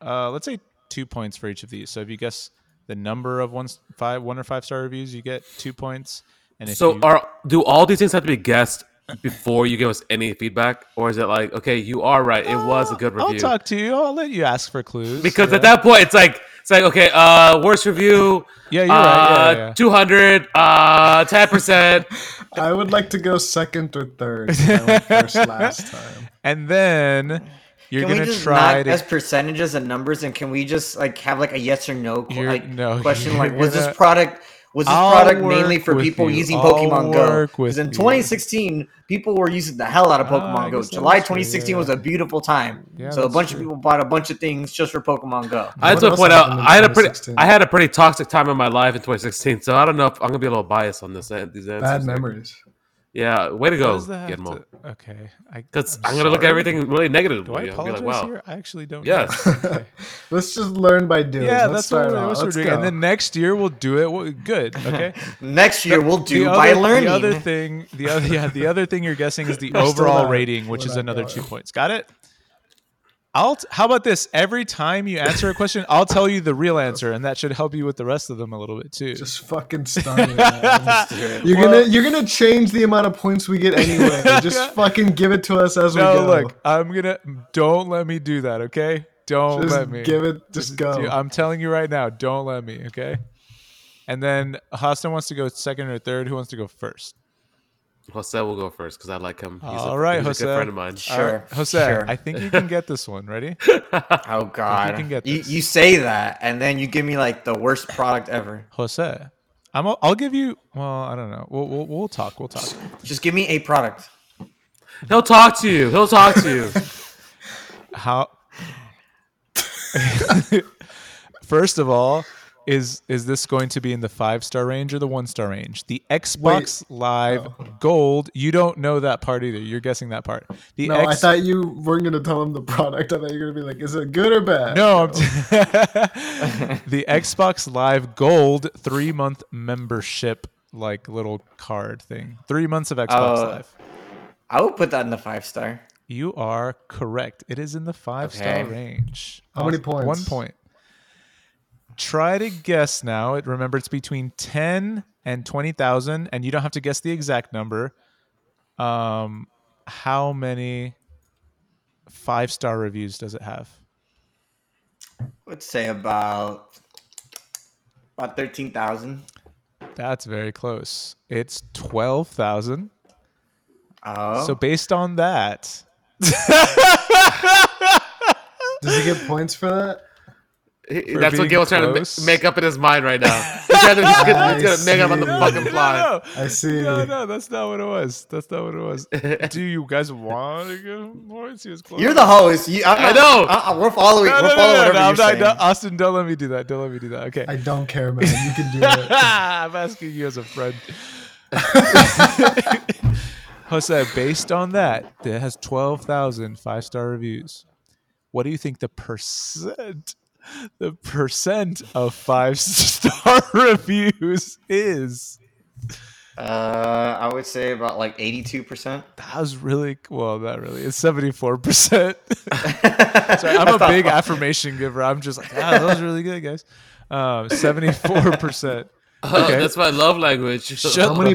Uh, let's say two points for each of these. So if you guess the number of one s- five one or five star reviews, you get two points. And if So, you, are do all these things have to be guessed before you give us any feedback, or is it like, okay, you are right, it was a good Uh, I'll review? talk to you. I'll let you ask for clues because yeah. at that point, it's like, it's like, okay, uh, worst review, Yeah, you're uh, right. Yeah, yeah, yeah. two hundred, uh, ten percent. I would like to go second or third. I went first last time. and then you're can we gonna just try not to as percentages and numbers, and can we just like have like a yes or no, qu- You're- like, no, question? Like, you're was gonna- this product was this I'll product mainly work for with people you. using I'll Pokemon Go? work with Because in you. 2016, people were using the hell out of Ah, I Pokemon Go. guess that July is true, 2016 yeah. was a beautiful time, Yeah, so a that's bunch true. of people bought a bunch of things just for Pokemon Go. I have What to else point out, happened in I had a pretty, 2016? I had a pretty toxic time in my life in 2016, so I don't know if I'm gonna be a little biased on this. These answers. Bad memories. Yeah, way to What go, does that have Gizmo. to- okay, I, Because I'm, gonna look at sorry. everything really negatively. Do I I'll be apologize like, wow. here? I actually don't. know. Yes. Okay. Let's just learn by doing. Yeah, Let's that's what start we're, off. that's what we're Let's doing. And go. then next year we'll do it. Well, good. Okay. Next year, we'll do the by other, learning. The other thing, the other yeah, the other thing you're guessing is the We're still overall not- rating, which we're is not another going. two points. Got it. I'll. T- how about this? Every time you answer a question, I'll tell you the real answer, and that should help you with the rest of them a little bit too. Just fucking stun it, man. You're Well- gonna you're gonna change the amount of points we get anyway. Just fucking give it to us as we no, go. look, I'm gonna. Don't let me do that. Okay. Don't just let me give it. Just go. Dude, I'm telling you right now, don't let me, okay? And then Hassan wants to go second or third. Who wants to go first? Jose will go first because I like him. He's All a, right, he's a Jose. good friend of mine. All right, Sure, Jose, sure. I think you can get this one. Ready? Oh God! can get you, this. you say that, and then you give me like the worst product ever. Jose, I'm. I'll give you. Well, I don't know. We'll we'll, we'll talk. We'll talk. Just give me a product. He'll talk to you. He'll talk to you. How? First of all, is is this going to be in the five star range or the one star range? The Xbox Live Oh. Gold. You don't know that part either. You're guessing that part. The no, I X- thought you weren't gonna tell him the product. I thought you were gonna be like, is it good or bad? No, I'm the Xbox Live Gold three month membership, like little card thing. Three months of Xbox Oh. Live. I would put that in the five star. You are correct. It is in the five Okay. star range. How many Awesome. One points? point. Try to guess now. It remember it's between ten and twenty thousand, and you don't have to guess the exact number. Um, how many five star reviews does it have? Let's say about about thirteen thousand. That's very close. It's twelve thousand. Oh, So based on that, Does he get points for that? He- That's what being Gil's trying close. to ma- make up in his mind right now. He's trying to, he's gonna, he's gonna make up on the I fucking fly. I see. No, no, that's not what it was. That's not what it was. Do you guys want to give points? He was close. you're the host. You, I, I know. I, I- we're following. No, no, we're no, following no, no, whatever I'm you're not, saying. no, Austin, don't let me do that. Don't let me do that. Okay. I don't care, man. You can do it. I'm asking you as a friend. Jose, based on that, that has 12,000 five star reviews. What do you think the percent, the percent of five star reviews is? Uh, I would say about like 82%. That was really well. Not really. It's seventy four percent. Sorry, I'm a big affirmation giver. I'm just like, ah, that was really good, guys. Seventy four percent. Oh, Okay. That's my love language. How many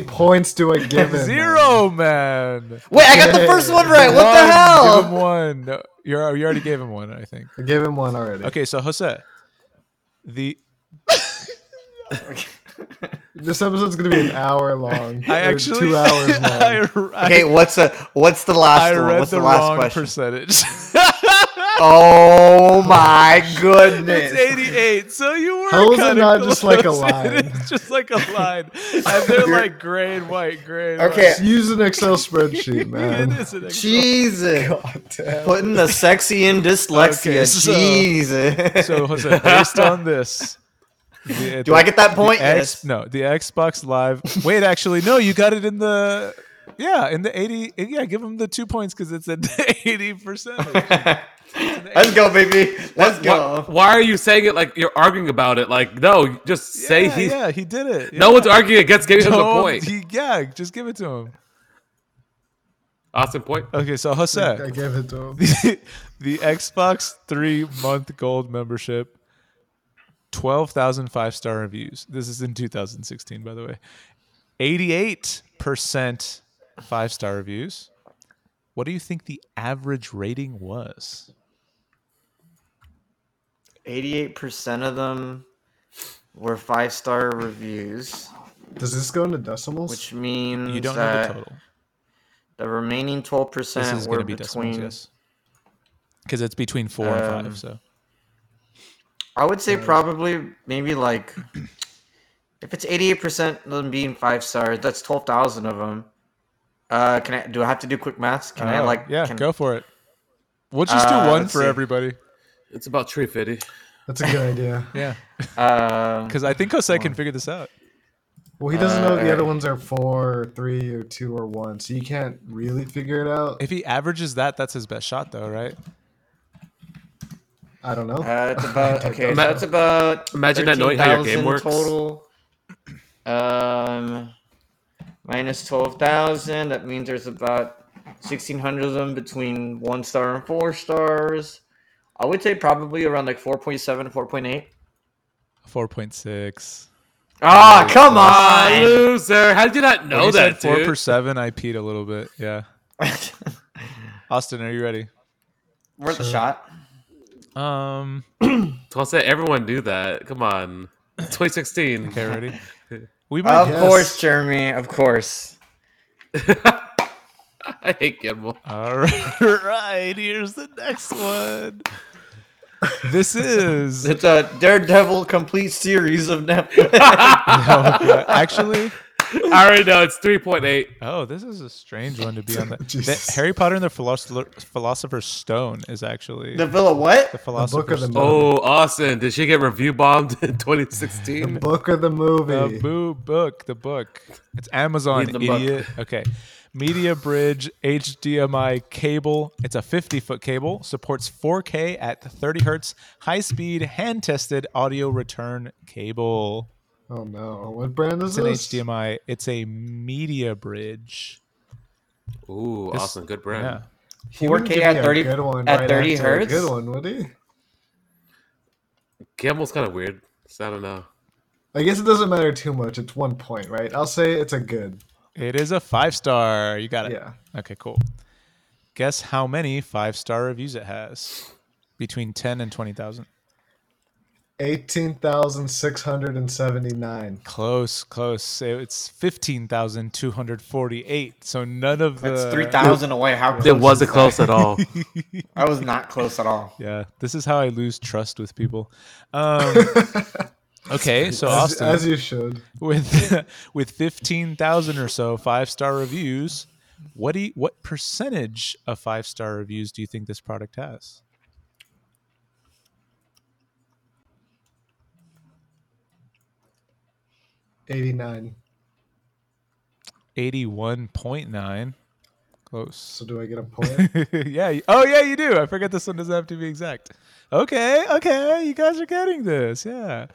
points do I give him? Zero, man. Wait, I got the first one right. What One, the Give him hell? one. No, you're, you already gave him one, I think. I gave him one already. Okay, so Jose, the This episode's gonna be an hour long. I or actually two hours long. I, I, Okay, what's a what's the last I one? read What's the, the, last wrong question? percentage. Oh my It's goodness. 88. So you were. How is it kinda not just close. like a line? It's just like a line. And they're like gray and white, gray. And Okay. Use an Excel white. spreadsheet, it man. is an Excel. Jesus. God damn. Putting the sexy in dyslexia. Okay, so- Jesus. So Jose, based on this, the- Do I get that the point? X, Yes. no, the Xbox Live. Wait, actually, no, you got it in the yeah in the eighty. Yeah, give them the two points because it's at eighty percent. Let's go, baby. Let's Why, go. why are you saying it like you're arguing about it? Like, no, just say yeah, he. yeah, he did it. No yeah. one's arguing against giving him a Don't- point. he- yeah, just give it to him. Austin point. Okay, so I Jose, gave it to him. the, the Xbox three month gold membership, 12,000 five star reviews. This is in 2016, by the way. 88% five star reviews. What do you think the average rating was? 88% of them were five star reviews, Does this go into decimals? which means You don't know the that total. the remaining This 12% is were going to be decimals, between. yes. Because it's between four and Um, five. So I would say probably maybe like if it's eighty eight percent of them being five stars, that's twelve thousand of them. Uh, can I do I have to do quick maths? Can I Uh, like yeah, can, go for it. We'll just Uh, do one let's for see. everybody. It's about three fifty. That's a good idea. Yeah, um, because I think Jose can figure this out. Well, he doesn't know the Uh, other ones are four, or three, or two, or one, so you can't really figure it out. If he averages that, that's his best shot, though, right? I don't know. Uh, it's about okay. Ima- That's about imagine that knowing how your game 13,000 works. total. Um, minus twelve thousand. That means there's about sixteen hundred of them between one star and four stars. I would say probably around like 4.7, 4.8. Four point six. Ah, come Ah, on! loser! How did you not know Oh, that, four dude? per seven. I peed a little bit. Yeah. Austin, are you ready? Worth a shot. Um. I'll say everyone knew that. Come on, It's 2016. Okay, ready. We might. Of Yes. course, Jeremy. Of course. I hate Gimbal. All right. Here's the next one. This is It's a Daredevil complete series of Netflix. Oh, actually. I already know it's 3.8. Oh, this is a strange one to be on. The, Jesus. the Harry Potter and the Philosopher, Philosopher's Stone is actually the Villa the the book what? of Philosopher's the Stone. movie. Oh, Austin, did she get review bombed in The 2016? book of the movie. The boo book, the book. It's Amazon, Read the book. idiot. Okay. Media Bridge HDMI cable. It's a 50 foot cable, supports 4K at 30 hertz, high speed, hand tested audio return cable. oh no! What brand It's is an this? HDMI. It's a Media Bridge. Ooh, This- Austin, good brand. Yeah. He wouldn't 4K give at me a 30 good one at right 30 after a hertz? Good one, would he? Gamble's kind of weird. So I don't know. I guess it doesn't matter too much. It's one point, right? I'll say it's a good. It is a five star. You got it. Yeah. Okay, cool. Guess how many five star reviews it has? Between 10 and 20,000. Eighteen thousand six hundred and seventy-nine. Close, close. It- It's fifteen thousand two hundred forty-eight. So none of the That's three thousand away. How close? It wasn't close at all. I was not close at all. Yeah, this is how I lose trust with people. Um, okay, so As, Austin as you should. with with fifteen thousand or so five-star reviews, what do you, what percentage of five-star reviews do you think this product has? Eighty-nine. Eighty-one point nine. Close. So do I get a point? yeah. you- Oh, yeah, you do. I forget this one doesn't have to be exact. Okay. Okay. You guys are getting this. Yeah.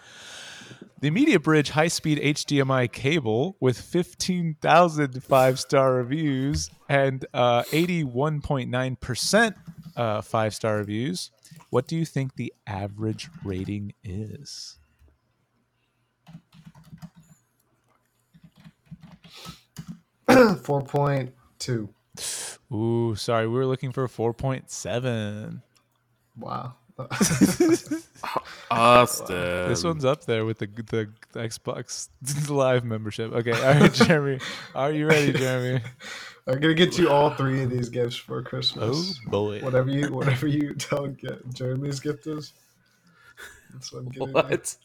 The Media Bridge high speed HDMI cable with 15,000 five star reviews and uh, 81.9% uh, five star reviews. What do you think the average rating is? Four point two. Ooh, sorry. We were looking for 4.7. Wow. Austin. This one's up there with the the Xbox Live membership. Okay, all right, Jeremy, are you ready, Jeremy? I'm gonna get you all three of these gifts for Oh Christmas. boy! Whatever you whatever you don't get Jeremy's gift is. That's what I'm getting. you. what?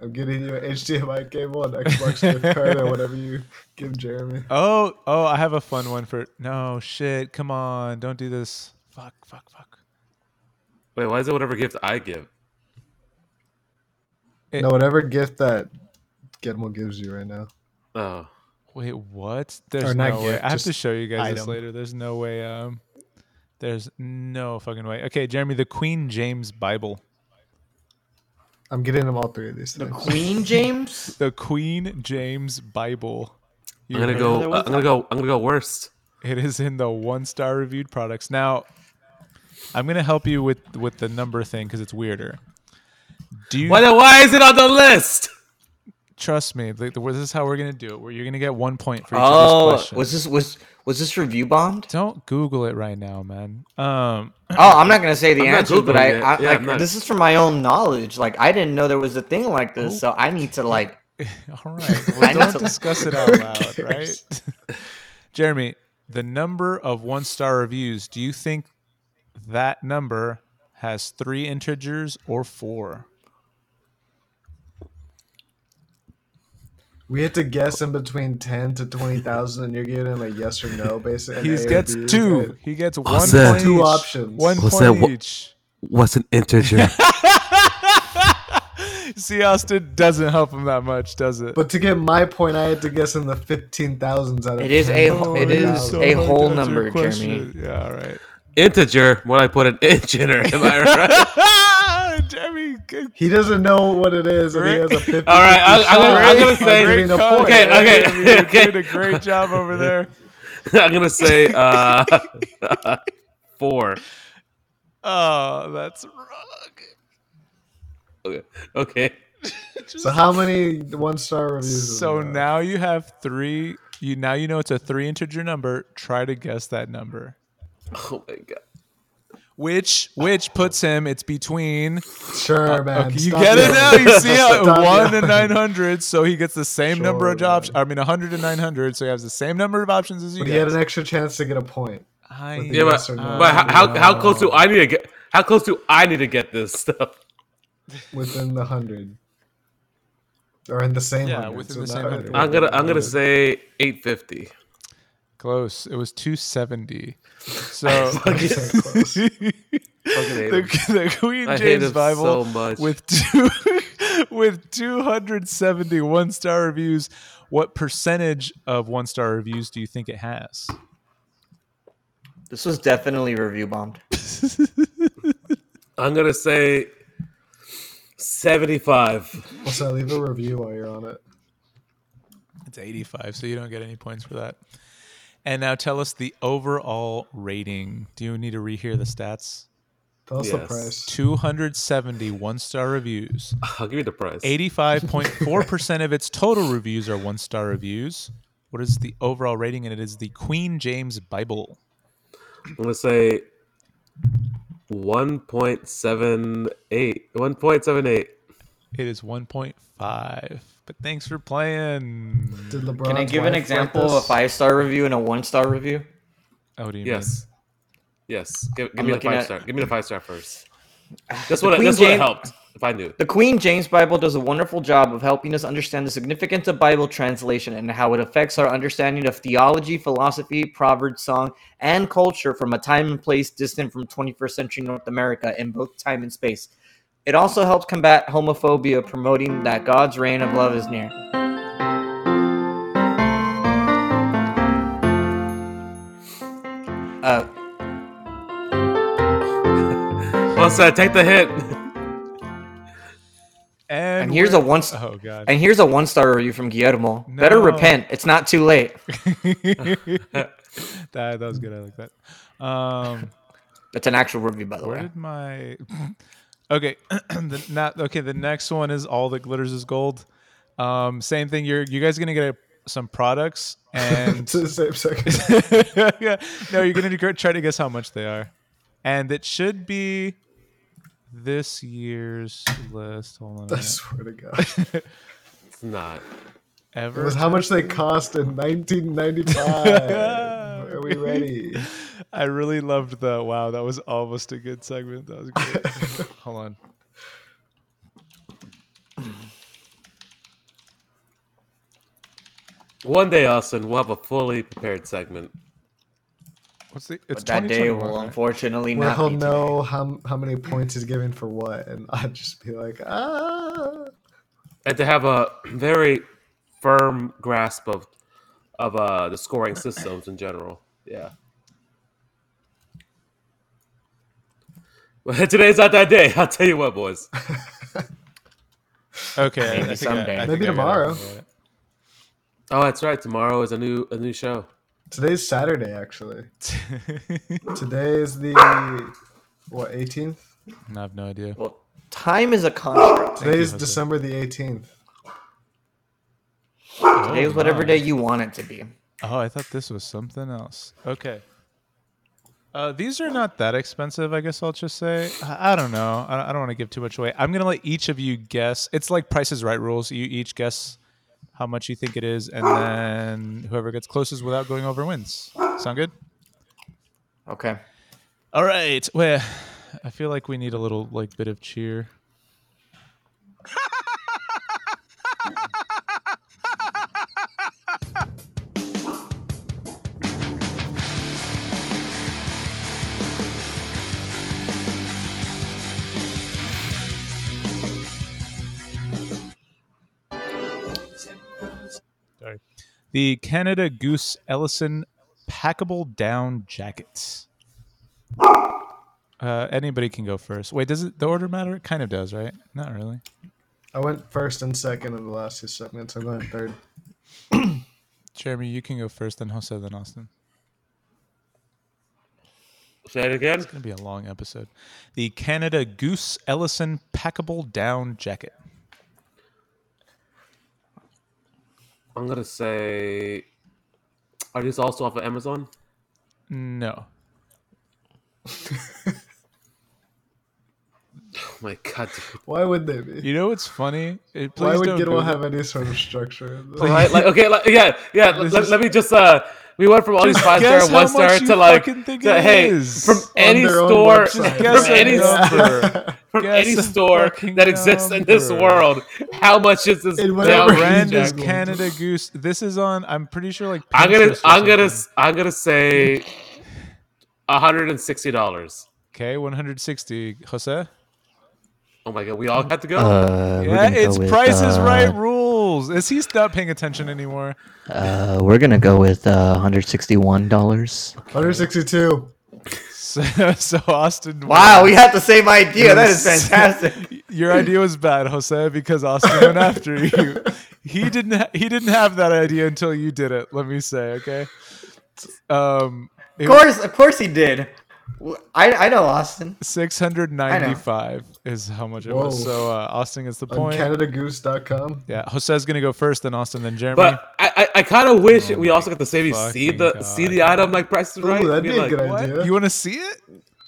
I'm getting you an HDMI cable, an Xbox gift card, or whatever you give Jeremy. Oh oh, I have a fun one for. No shit! Come on, don't do this. Fuck! Fuck! Fuck! Wait, why is it whatever gift I give? No, whatever gift that Gedmo gives you right now. Oh, Wait, what? There's Or no not way. gift, I have to just show you guys this item. later. There's no way. Um, there's no fucking way. Okay, Jeremy, the Queen James Bible. I'm getting him all three of these The things. Queen James? The Queen James Bible. You I'm gonna heard go. there I'm was gonna go. I'm gonna go worst. It is in the one star reviewed products. Now, I'm gonna help you with with the number thing because it's weirder. Do you Why? the- Why is it on the list? trust me? The, the, this is how we're gonna do it. Where you're gonna get one point for each of these Oh, questions. was this was was this review bombed? Don't Google it right now, man. Um, Oh, I'm not gonna say the I'm not answer, but Googling I, it. I Yeah, like, I'm not- this is from my own knowledge. Like I didn't know there was a thing like Oh. this, so I need to like all right, I well, know. don't discuss it out loud, cares? right? Jeremy, the number of one star reviews. Do you think that number has three integers or four? We had to guess in between ten to twenty thousand, and you're giving him a yes or no, basically. He an A or gets B, right? two. He gets one that? point Two each. options. One What's point that? Wha- each. What's an integer? See, Austin doesn't help him that much, does it? But to get my point, I had to guess in the fifteen thousands out of It is a- 10,000. it is a hard to whole answer your number, question. Yeah, all right. integer. When I put an integer, am I right? Jeremy, good. He doesn't know what it is, and he has a fifty. All right, I, I'm, gonna, I'm gonna Great. Great. say. a call, point. Okay, okay, Jeremy. You're okay. doing a great job over there. I'm gonna say uh, four. Oh, that's wrong. Okay. okay. So how many one star reviews? does So it have? now you have three. You now you know it's a three integer number. Try to guess that number. Oh my god. Which which puts him. It's between sure, man. Okay, you stop get it yelling. now. You see how Stop one yelling. and nine hundred, so he gets the same number of Sure, jobs. I mean, hundred and nine hundred, so he has the same number of options as you. But he had Get. an extra chance to get a point. I, with the Yeah, Yes but, or no? but how, how how close do I need to get? How close do I need to get this stuff? within the hundred, or in the same. Yeah, 100, within so the same not- 100. I'm gonna I'm gonna say 850. close. It was two seventy. So Fucking the, hate the Queen I hate James him Bible so much. with two with two hundred seventy one star reviews. What percentage of one star reviews do you think it has? this was definitely review bombed. I'm gonna say 75. Well, so leave a review while you're on it. It's 85, so you don't get any points for that. And now tell us the overall rating. Do you need to rehear the stats? Tell us the Yes. price. 270 one star reviews. I'll give you the price. 85.4% of its total reviews are one star reviews. What is the overall rating? And it is the Queen James Bible. I'm gonna say 1.78. 1.78. Mm-hmm. It is 1.5. But thanks for playing. Did LeBron? Can I give an example of a five star review and a one star review? Oh, what do you mean? Yes. Yes. Give, give I'm me the looking five at- star. Give me the five star first. This would Queen this would have James- helped if I knew. The Queen James Bible does a wonderful job of helping us understand the significance of Bible translation and how it affects our understanding of theology, philosophy, proverbs, song, and culture from a time and place distant from 21st century North America in both time and space. It also helps combat homophobia, promoting that God's reign of love is near. Uh, Well said. Take the hit. And, and here's a we're- one. s- Oh god. And here's a one star review from Guillermo. Better No. repent. It's not too late. that, that was good. I like that. Um, That's an actual review, by the where way. did my? Okay, the, not okay. The next one is all that glitters is gold. Um, same thing. You're you guys are gonna get a, some products and to the same second. yeah. No, you're gonna go- try to guess how much they are, and it should be this year's list. Hold on. a I minute. swear to God. It's not. It Ever was how much they cost in 1995. Are we ready? I really loved the wow. That was almost a good segment. That was great. Hold on. One day, Austin, we'll have a fully prepared segment. What's the? It's But that day 2021, will right? unfortunately Where not he'll be know how, how many points he's giving for what, and I'd just be like, ah. and to have a very firm grasp of of uh, the scoring systems in general. Yeah. Well, today's not that day. I'll tell you what, boys. Okay. Maybe I think I- someday. I think Maybe I got it. tomorrow. Alright. Oh, that's right. Tomorrow is a new a new show. Today's Saturday, actually. Today's the, what, 18th? I have no idea. Well, time is a construct. Today's Jose. December the 18th. Today is whatever day you want it to be. Oh, I thought this was something else. Okay. Uh, these are not that expensive, I guess I'll just say. I, I don't know. I, I don't want to give too much away. I'm going to let each of you guess. It's like Price is Right rules. You each guess how much you think it is, and then whoever gets closest without going over wins. Sound good? Okay. All right. Well, I feel like we need a little like bit of cheer. Sorry. The Canada Goose Ellison packable down jackets. Uh, anybody can go first. Wait, does it the order matter? It kind of does, right? Not really. I went first and second in the last two segments. I'm going third. Jeremy, you can go first, then Jose, then Austin. Say it again. It's gonna be a long episode. The Canada Goose Ellison packable down jacket. I'm gonna say. Are these also off of Amazon? No. Oh my god! dude. Why would they be? You know what's funny? It, please Why would don't Gidwell Google- have any sort of structure? in this? Right? Like okay, like, yeah, yeah. Let, let- is- let me just. uh We went from all these Just five star, guess and how one star much you to like fucking think to, it hey is. from On any their own store website. from Guess a any number. from Guess any a store fucking that exists in this number. world. How much is this? In down whatever Brand is Just range? Google. Canada Goose. This is on. I'm pretty sure like. I'm gonna, Pinterest or I'm gonna, something. I'm gonna say, hundred and sixty dollars. Okay, 160. Jose. Oh my god, we all got to go. Uh, we're Yeah, gonna it's go with, Price is uh, Right rules. Is he not paying attention anymore? Uh, we're gonna go with uh, 161 dollars. 162. So, so Austin. won. Wow, we had the same idea. That is fantastic. Your idea was bad, Jose, because Austin went after you. He didn't. Ha- he didn't have that idea until you did it. Let me say, okay. Um, Of course, of course he did. W- I, I know Austin. six hundred ninety-five is how much it was. Whoa. So uh, Austin gets the On point. CanadaGoose.com. yeah, Jose's gonna go first, then Austin, then Jeremy. But I, I, I kind of wish we oh my also got to see see fucking the see the God. item like prices right. Ooh, that'd be a like, good idea. what? You want to see it?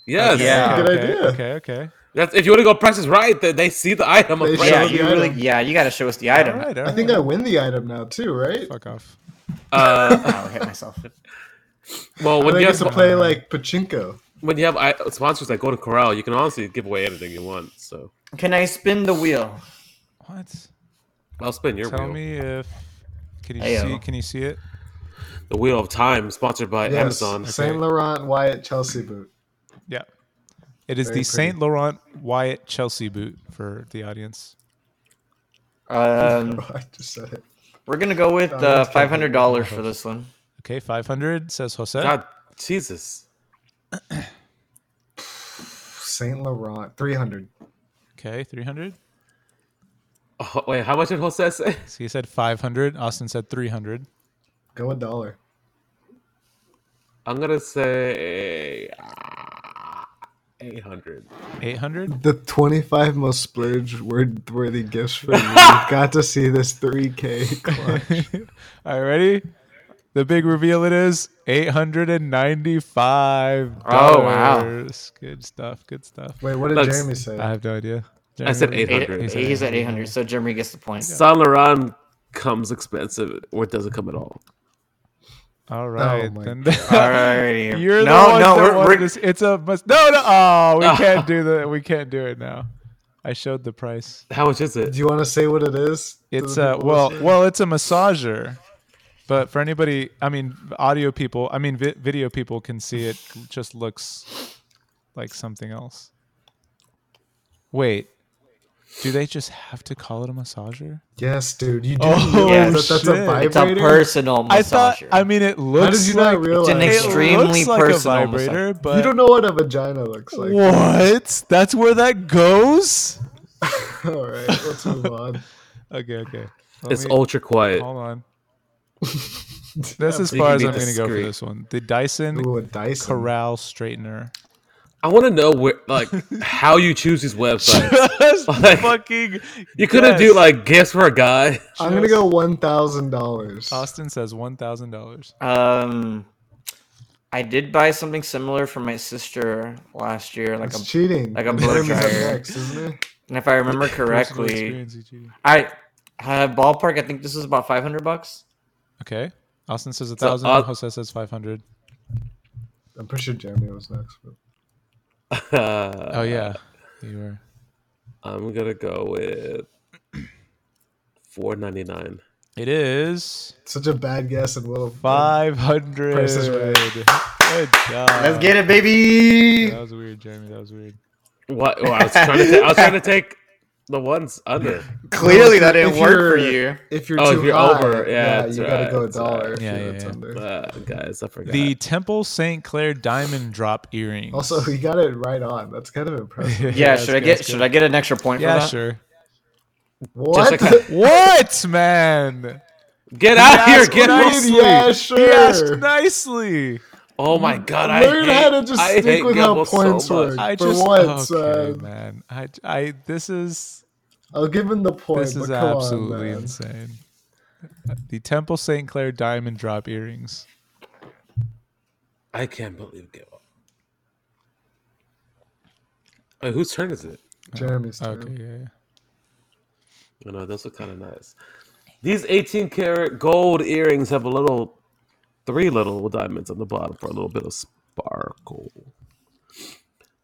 Yes, Yeah. Good okay, idea. Okay, okay. That's if you want to go prices right, then they see the item. Of They price. Yeah, us the you really. item. Yeah, you got to show us the All item. right. all I think right. I win the item now too, right? fuck off. Uh, I'll hit myself. well, When when I you get have to play like pachinko. when you have I, sponsors like Golden Corral, you can honestly give away anything you want. So Can I spin the wheel? What? I'll spin your Tell wheel. me if can you Ayo. see? Can you see it? The wheel of time, sponsored by Yes, Amazon. Saint Laurent Wyatt Chelsea boot. Yeah. It is Very the Saint Laurent Wyatt Chelsea boot for the audience. Um, Oh, I just said it. we're gonna go with uh, five hundred dollars for this one. Okay, five hundred says Jose. God, Jesus. Saint Laurent, three hundred. Okay, 300. Oh, wait, how much did Jose say? So you said 500. Austin said 300. Go a dollar. I'm gonna say ah, eight hundred. 800. The twenty-five most splurge word worthy gifts for me. Got to see this three K clutch. All right, ready? The big reveal it is $895. Oh, wow. Good stuff. Good stuff. Wait, what did Looks- Jeremy say? I have no idea. I said Jeremy, 800. He Eight, said he's at 800, so Jeremy gets the point. Saint Laurent comes expensive or doesn't come at all. All right. Oh my then. Alrighty. You're no, the one no, that we're, wanted we're this- It's a must. No, no. Oh, we can't do the. We can't do it now. I showed the price. How much is it? Do you want to say what it is? to It's the a people well, listening? well, it's a massager. But for anybody, I mean, audio people, I mean, vi- video people can see it. Just looks like something else. Wait, do they just have to call it a massager? Yes, dude. You do. Oh, realize yes. that that's shit. a It's vibrator. It's a personal massager. I thought. I mean, it looks. How did you like, not realize? It's an it extreme- Extremely looks like a personal vibrator, but You don't know what a vagina looks like. what? That's where that goes. All right, let's move on. Okay, okay. Let It's me- ultra quiet. Hold on. That's as You can far as be I'm going to go for discreet. this one. The Dyson Ooh, a Dyson. Corral Straightener. I want to know where, like, how you choose these websites. Like, fucking. you couldn't do guess. like gifts for a guy. I'm gonna go one thousand dollars. Austin says one thousand dollars. Um, I did buy something similar for my sister last year, like It's a, cheating. like a blow Jeremy's up dryer. next, isn't it? and if I remember correctly, I had ballpark. I think this was about five hundred bucks. Okay. Austin says a So, thousand. uh, Jose says five hundred. I'm pretty sure Jeremy was next. But... uh, Oh yeah, you were. I'm gonna go with four ninety nine. It is Such a bad guess and little five hundred. Price is right. Good job. let's get it, baby. That was weird, Jeremy. That was weird. What? Well, I was trying to. Ta- I was trying to take the ones under. Clearly, that If didn't work for you're- you. If you're Oh, too if you're high, over, yeah, that's you gotta right, go a that's right. dollar. if Yeah, you're- yeah, it's yeah. under. Uh, guys, I forgot. The Temple St. Clair diamond drop earrings. Also, he got it right on. That's kind of impressive. Yeah, should I get should I get an extra point Yeah, for that? sure. what? Just like- What, man? Get out He here! asked what Get I out! Dude, yeah, sure. He asked nicely. Oh my god! I Learn hate, how to just I stick hate with how Gumball points so much. work. I For just once, okay, uh, man. I, I this is I'll give him the point. this is but come absolutely on, man. insane. The Temple St. Clair diamond drop earrings. I can't believe Gumball. Wait, whose turn is it? Jeremy's turn. Okay, yeah, yeah. I know those are kind of nice. These 18 karat gold earrings have a little, three little diamonds on the bottom for a little bit of sparkle.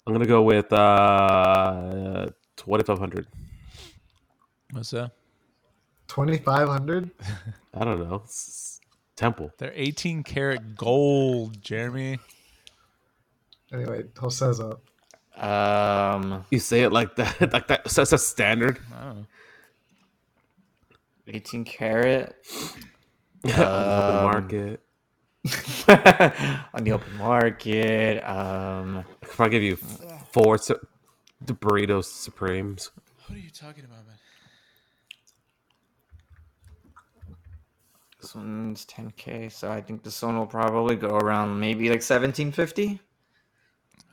I'm gonna go with uh 2500. What's that? 2500 I don't know. It's temple. They're 18 karat gold, Jeremy. Anyway, Jose's up. Oh. Um, You say it like that, like that. So that's a standard. Oh, eighteen carat Open Um, market. on the open market. Um, If I give you four su- the burrito supremes, what are you talking about, man? this one's ten k, so I think this one will probably go around maybe like seventeen fifty.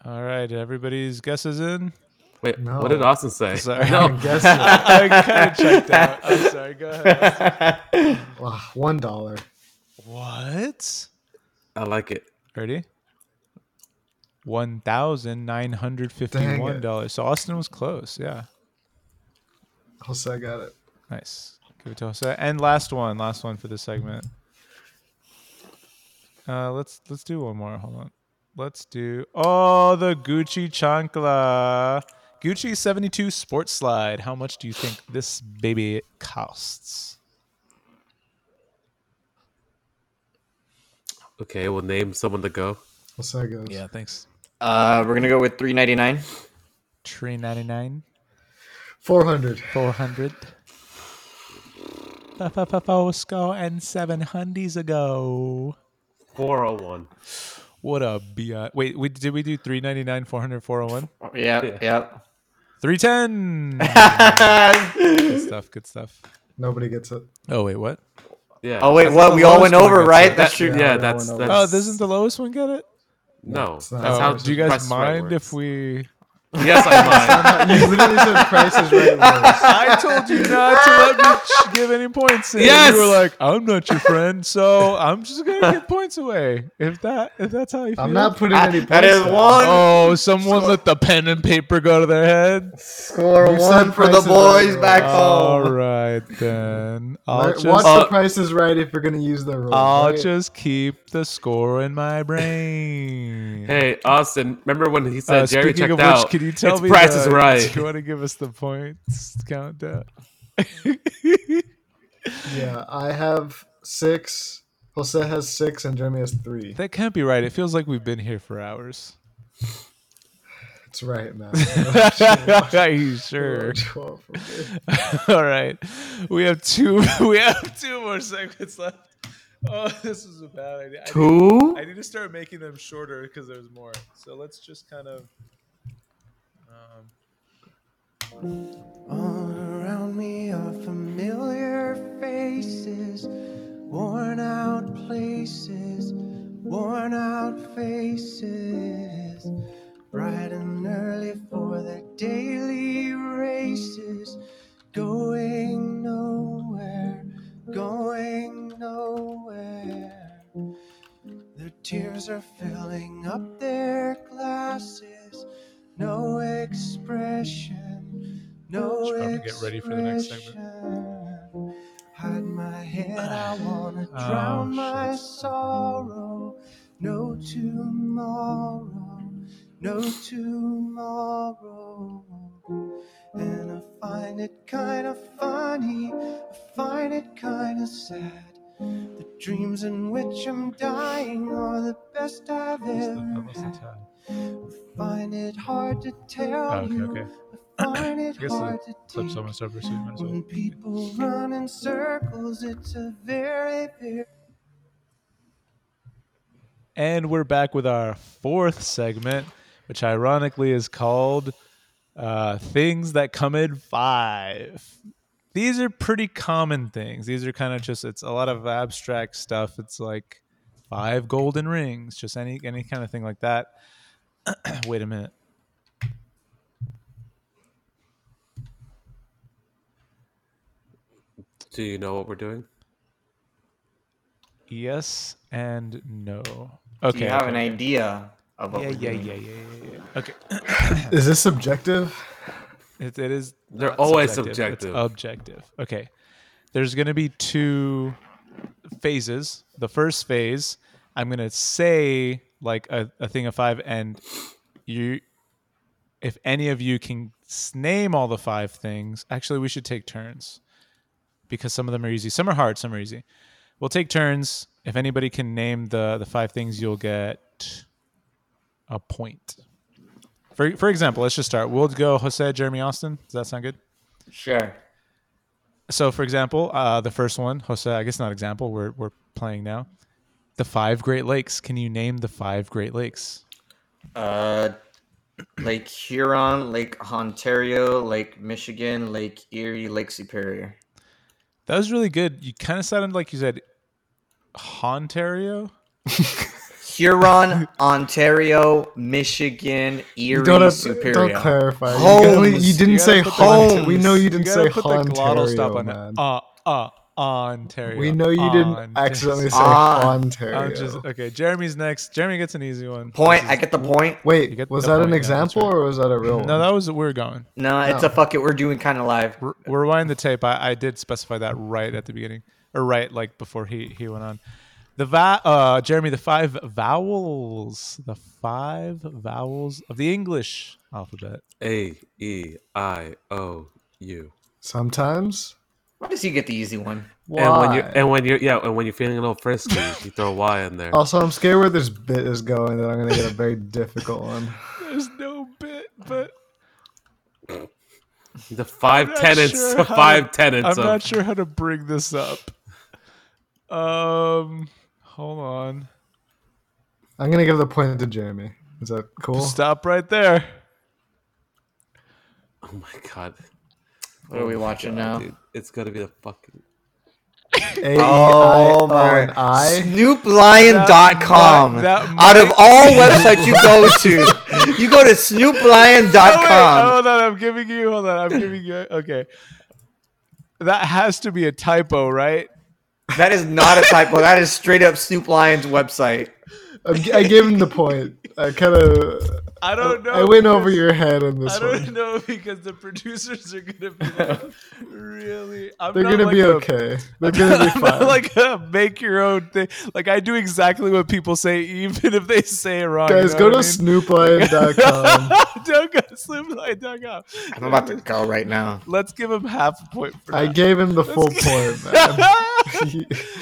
All right, everybody's guesses in. wait, No. what did Austin say? Sorry. No, Guess it. I kind of checked out. I'm sorry. Go ahead. Wow, Ah, One dollar. What? I like it. Ready? One thousand nine hundred fifty-one dollars. So Austin was close. Yeah, Jose got it. nice. Give it to Jose. And last one, last one for this segment. Uh, let's let's do one more. Hold on. Let's do oh the Gucci chancla, Gucci seventy-two sports slide. How much do you think this baby costs? Okay, we'll name someone to go. Jose goes. Yeah, thanks. Uh, we're gonna go with three ninety nine. Three ninety-nine, Four hundred. four hundred. Four and seven hundies ago. 401. What a bi. Wait, we did we do 399, 400, 401? Oh, Yeah, yep. 310. good stuff, good stuff. Nobody gets it. Oh wait, what? Yeah. Oh wait, That's what? the We all lowest went one over, that's right? it. That's true. Yeah, Yeah, that that's one that's. over. Oh, doesn't the lowest one get it? no. That's It's not. oh, how. do you guys price is right mind if we works. Yes, I mind. you literally said prices right. Words. I told you not to let me ch- give any points. And Yes! you were like, "I'm not your friend, so I'm just gonna give points away." If that, if that's how you feel. I'm not putting I- any points. that is down. one Oh, someone let the pen and paper go to their head. score You said one for the Price boys is Right. back All home. right then. I'll Right, just, Watch Uh, the prices right if you're gonna use the rule. I'll right? just keep the score in my brain. Hey, Austin, remember when he said Uh, Jerry speaking checked of which, out? can you tell it's me? Price the- is right. Do you want to give us the points countdown? Yeah, I have six. Jose has six, and Jeremy has three. that can't be right. It feels like we've been here for hours. It's right, man. Are you sure? Twelve, okay. All right, we have two. We have two more segments left. Oh, this is a bad idea. I need- Two? I need to start making them shorter because there's more. So let's just kind of. Um, All around me are familiar faces, worn out places, worn out faces. Bright and early for their daily races, going nowhere, going nowhere. Their tears are filling up their glasses, no expression. No Should probably expression. get ready for the next segment. Hide my head, I wanna Oh, drown my shit. sorrow. No tomorrow, no tomorrow. And I find it kinda funny, I find it kinda sad. The dreams in which I'm dying are the best I've what's the- I ever lost the had. tab. Find it hard to tell Oh, okay, you. okay. I find it I guess the hard to Clip take. someone start pursuing myself. When people run in circles, it's a very, very And we're back with our fourth segment, which ironically is called uh, Things That Come in Five. These are pretty common things. These are kind of just, it's a lot of abstract stuff. It's like five golden rings, just any, any kind of thing like that. Wait a minute. Do you know what we're doing? Yes and no. Okay. Do you have okay, an okay. idea of what Yeah, we're yeah, doing? yeah, yeah, yeah, yeah. yeah. Okay. Is this subjective? It, it is. They're not always It's subjective. objective. Okay. There's going to be two phases. The first phase, I'm going to say like a, a thing of five, and you, if any of you can s- name all the five things, actually, we should take turns because some of them are easy. Some are hard, some are easy. We'll take turns. If anybody can name the, the five things, you'll get a point. For, for example, let's just start. We'll go Jose, Jeremy, Austin. Does that sound good? Sure. So, for example, uh, the first one, Jose, I guess not example, we're, we're playing now. The five Great Lakes. Can you name the five Great Lakes? Uh, Lake Huron, Lake Ontario, Lake Michigan, Lake Erie, Lake Superior. That was really good. You kind of sounded like you said Ontario. Huron, Ontario, Michigan, Erie, You don't have, Superior. don't clarify. You can only- Homes. you didn't You say gotta put the- haunt. We know you didn't gotta say put the glottal stop Ontario, on that. man. Uh, uh, Ontario. We know you didn't Ontario. accidentally say Ah, Ontario. I'm just okay. Jeremy's next. Jeremy gets an easy one. Point. This I is- get the point. You Wait, get was the that point, an yeah, that's example right. or was that a real one? no, that was we are going. No, it's No. a fuck it. We're doing kind of live. Re- rewind the tape. I, I did specify that right at the beginning, or right like before he he went on. The va- uh, Jeremy, the five vowels, the five vowels of the English alphabet. A E I O U. Sometimes. Why does he get the easy one? Why? And when you and when you're yeah, and when you're feeling a little frisky, you throw Y in there. also, I'm scared where this bit is going. That I'm gonna get a very difficult one. There's no bit, but The five not tenants, sure the how to- five tenants I'm of not sure how to bring this up. Um, hold on. I'm gonna give the point to Jeremy. Is that cool? Stop right there. Oh my god. What Oh are we watching now? Dude, it's gonna be the fucking. A E I Oh R my! N I. SnoopLion.com. That- that Out of might- all websites you go to, you go to Oh, wait, SnoopLion.com. hold on, I'm giving you. Hold on, I'm giving you. Okay, that has to be a typo, right? That is not a typo. That is straight up Snoop Lion's website. I g- I gave him the point. I kind of. I don't know. I went over Oh, because- your head on this I one. don't know because the producers are gonna be like, really. I'm They're not gonna like be a- okay. They're gonna be I'm not fine. like a make your own thing. Like I do exactly what people say, even if they say it wrong. Guys, you go know to what snooplion.com. I mean? Don't go to slimline.com. I'm about to go right now. Let's give him half a point for I that. gave him the full point, man.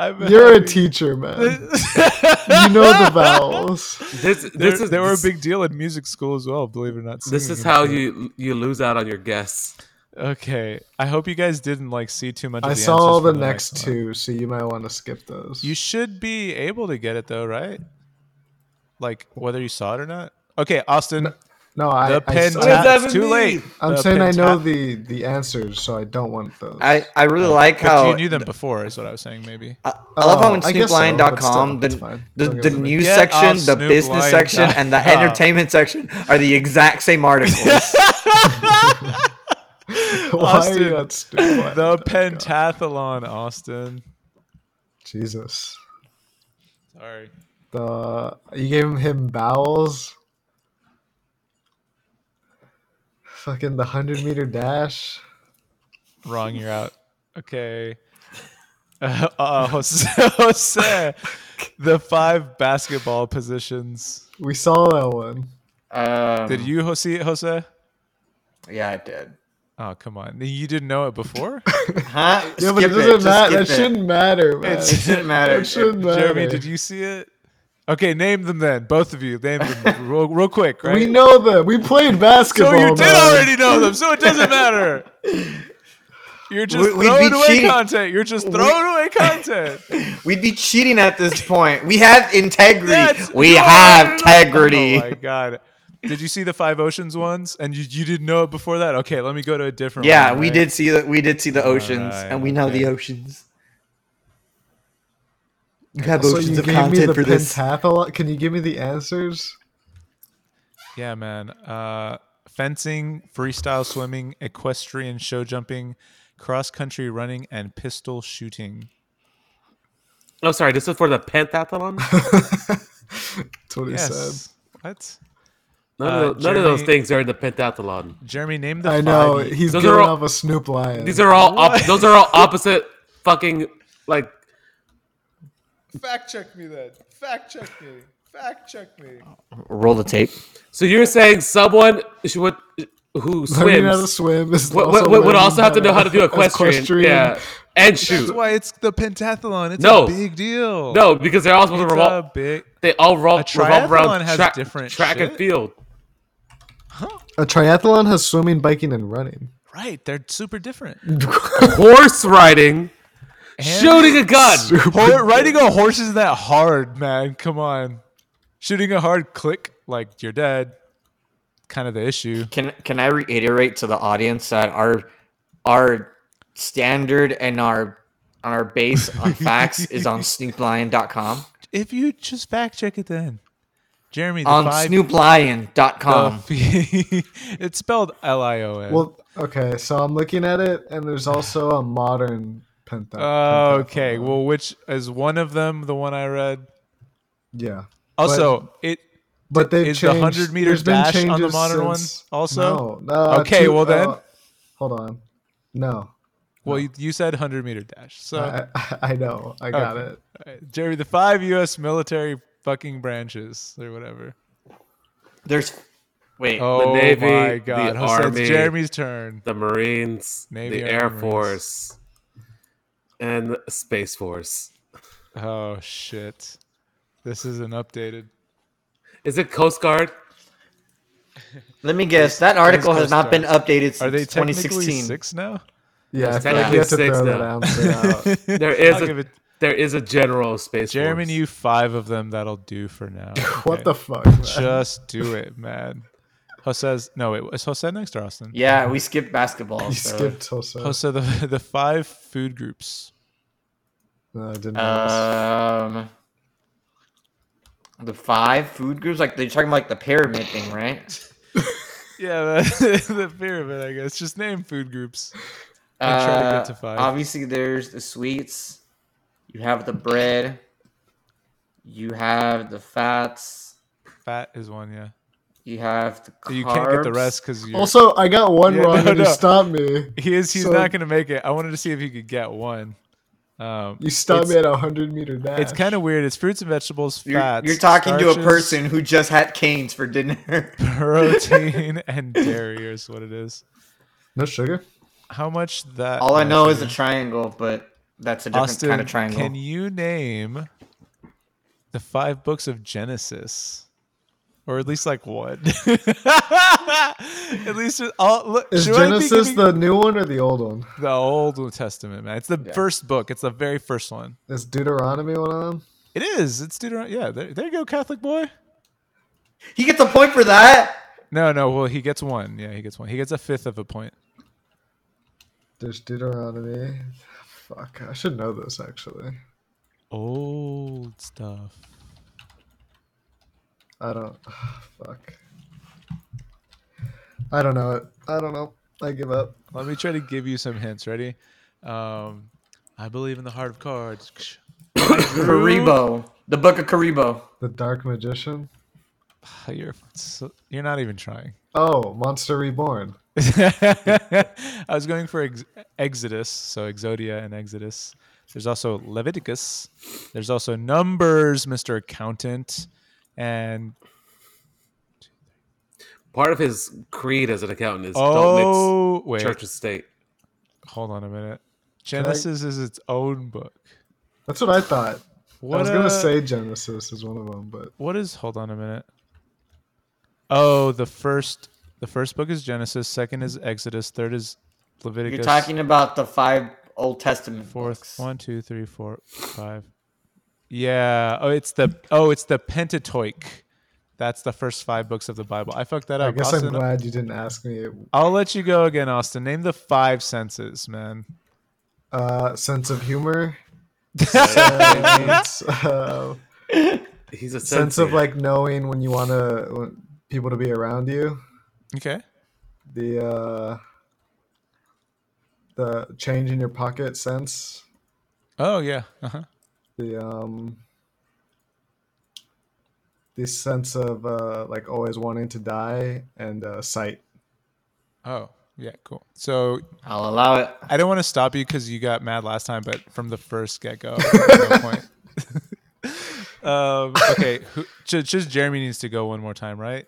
I'm You're a happy. teacher, man. You know the vowels. This, this There, is they were a this, big deal in music school as well, believe it or not. This singing is and how shit. you you lose out on your guests. Okay, I hope you guys didn't like see too much. Of I the saw answers the for next one. two, so you might want to skip those. You should be able to get it though, right? Like whether you saw it or not. Okay, Austin, no, I. the I pen. saw- What does that it's too mean? late. I'm The saying I know penta- the the answers, so I don't want those. I, I really Oh, like But how you knew them before, is what I was saying. Maybe. I, I love how in Oh, I guess so, but still, SnoopLion.com, it's the, fine. the, Don't give the it to me. news Get section, off the business SnoopLion.com. section, and the entertainment section are the exact same articles. Why are Austin, you at Snooplion? The pentathlon, Austin. Jesus. Sorry. The you gave him vowels. Fucking the hundred meter dash. Wrong, you're out. Okay. Uh, uh, Jose, Jose, the five basketball positions. We saw that one. Um, Hmm. Did you Jose? Jose? Yeah, I did. Oh, come on. You didn't know it before? Huh? Yeah, but Skip it doesn't just matter. That skip it. shouldn't matter, man. It's- Shouldn't matter. That shouldn't matter. Jeremy, did you see it? Okay, name them then. Both of you. Name them real, real quick, right? We know them. We played so basketball. you did man. already know them, so it doesn't matter. You're just We- we'd be throwing away cheating. content. You're just throwing away content. We'd be cheating at this point. We have integrity. That's- we you have already know- integrity. Oh my god. Did you see the Five Oceans ones? And you, you didn't know it before that? Okay, let me go to a different yeah, one. we right? did see the we did see the oceans, right, and we know the okay. oceans. You have So oceans you of gave me content the for this. pentathlon. Can you give me the answers? Yeah, man. Uh, fencing, freestyle swimming, equestrian show jumping, cross country running, and pistol shooting. Oh, sorry. This is for the pentathlon. That's what he said. Yes. What? None, Uh, of, those, none of those Jeremy- things are in the pentathlon. Jeremy, name the I know. five- He's Those giving are all- off a Snoop Lion. These are all op- those are all opposite fucking like Fact check me then. Fact check me. Fact check me. Roll the tape. So you're saying someone should, would, who learning how to swims swim. Is would, also would, would learning also have to know how to do equestrian, yeah, and That's shoot. why it's the pentathlon. It's No. a big deal. No, because they're all supposed It's to revolve. a big. they all revolve, a revolve triathlon around has track, different track and shit. field. A triathlon has swimming, biking, and running. Right, they're super different. Horse riding, shooting a gun. Hor- riding a horse is that hard, man. Come on. Shooting a hard click, like you're dead. Kind of the issue. Can can I reiterate to the audience that our our standard and our on our base on facts is on snooplion.com. If you just fact check it then. Jeremy, the On five. snooplion.com. it's spelled L I O N. Well, okay, so I'm looking at it, and there's also a modern pentathlon. okay. Well, which is one of them the one I read? yeah. Also, it But they've is the changed. 100 meter there's been dash on the changes modern one since- also? No. uh, Okay, two- well then. uh, hold on. No, well, you, you said 100 meter dash. So, Uh, I, I- I know. I got Okay. it. Jeremy, the five U.S. military fucking branches or whatever. There's wait. Oh Navy, my the God, Jose, Army. it's Jeremy's turn. The Marines, Navy, the Army, Air Marines. Force, and Space Force. Oh shit, this isn't updated. Is it Coast Guard? Let me guess. That article has Coast not been updated since Are they technically 2016. six now? Yeah, I It's feel like you have to technically six throw that now. answer out. There is I'll a give it. There is a general space. Jeremy Force. you five of them. That'll do for now. What okay? the fuck? man? Just do it, man. Jose's no wait. Is Jose next or Austin? Yeah, we skipped basketball. you so- skipped Tulsa. Jose the the five food groups. No, I didn't. Uh, know Um, the five food groups, like they're talking about like the pyramid thing, right? Yeah, the, the pyramid. I guess just name food groups. And try to get Uh, to five. Obviously, there's the sweets. You have the bread. You have the fats. Fat is one. Yeah. You have the So carbs. you can't get the rest because you. this. Also, I got one Yeah, wrong no, and you no. stopped me. he is. He's so- not going to make it. I wanted to see if he could get one. Um, You stopped It's- me at a hundred meter dash. it's kind of weird. It's fruits and vegetables, You're, fats. you're talking to a starches, person who just had canes for dinner. Protein and dairy is what it is. no sugar. How much that? All I know is a measure? triangle, but that's a different Austin, kind of triangle. Can you name the five books of Genesis? Or at least like one. at least all look. Is should I be Genesis giving- the new one or the old one? the Old Testament, man? It's the first book. It's the very first one. Is Deuteronomy one of them? It is. It's Deuteronomy. Yeah, there, there you go, Catholic boy. He gets a point for that. No, no. Well, he gets one. Yeah, he gets one. He gets a fifth of a point. There's Deuteronomy. Fuck, I should know this actually. Old stuff. I don't. Fuck. I don't know it. I don't know. I give up. Let me try to give you some hints. Ready? Um, I believe in the heart of cards. Karibo, the book of Karibo. The Dark Magician. You're so, you're not even trying. Oh, Monster Reborn. I was going for ex- Exodus, so Exodia and Exodus. There's also Leviticus. There's also Numbers, Mr. Accountant, and Part of his creed as an accountant is don't oh mix wait, church and state. hold on a minute. I- Genesis is its own book. That's what I thought. What I was gonna uh, say Genesis is one of them, but what is? Hold on a minute. Oh, the first the first book is Genesis. Second is Exodus. Third is Leviticus. You're talking about the five Old Testament fourth books. one two three four five yeah oh it's the oh it's the pentateuch that's the first five books of the bible i fucked that I up guess I'm austin, glad you didn't ask me. i'll let you go again austin name the five senses man Uh, sense of humor. sense, uh, He's a sense of sensei. like knowing when you want to people to be around you. okay The uh, the change in your pocket sense. oh yeah uh-huh. the um this sense of uh like always wanting to die and uh sight oh yeah cool so I'll allow it. i don't want to stop you because you got mad last time but from the first get-go no point um, okay who, ju- just jeremy needs to go one more time right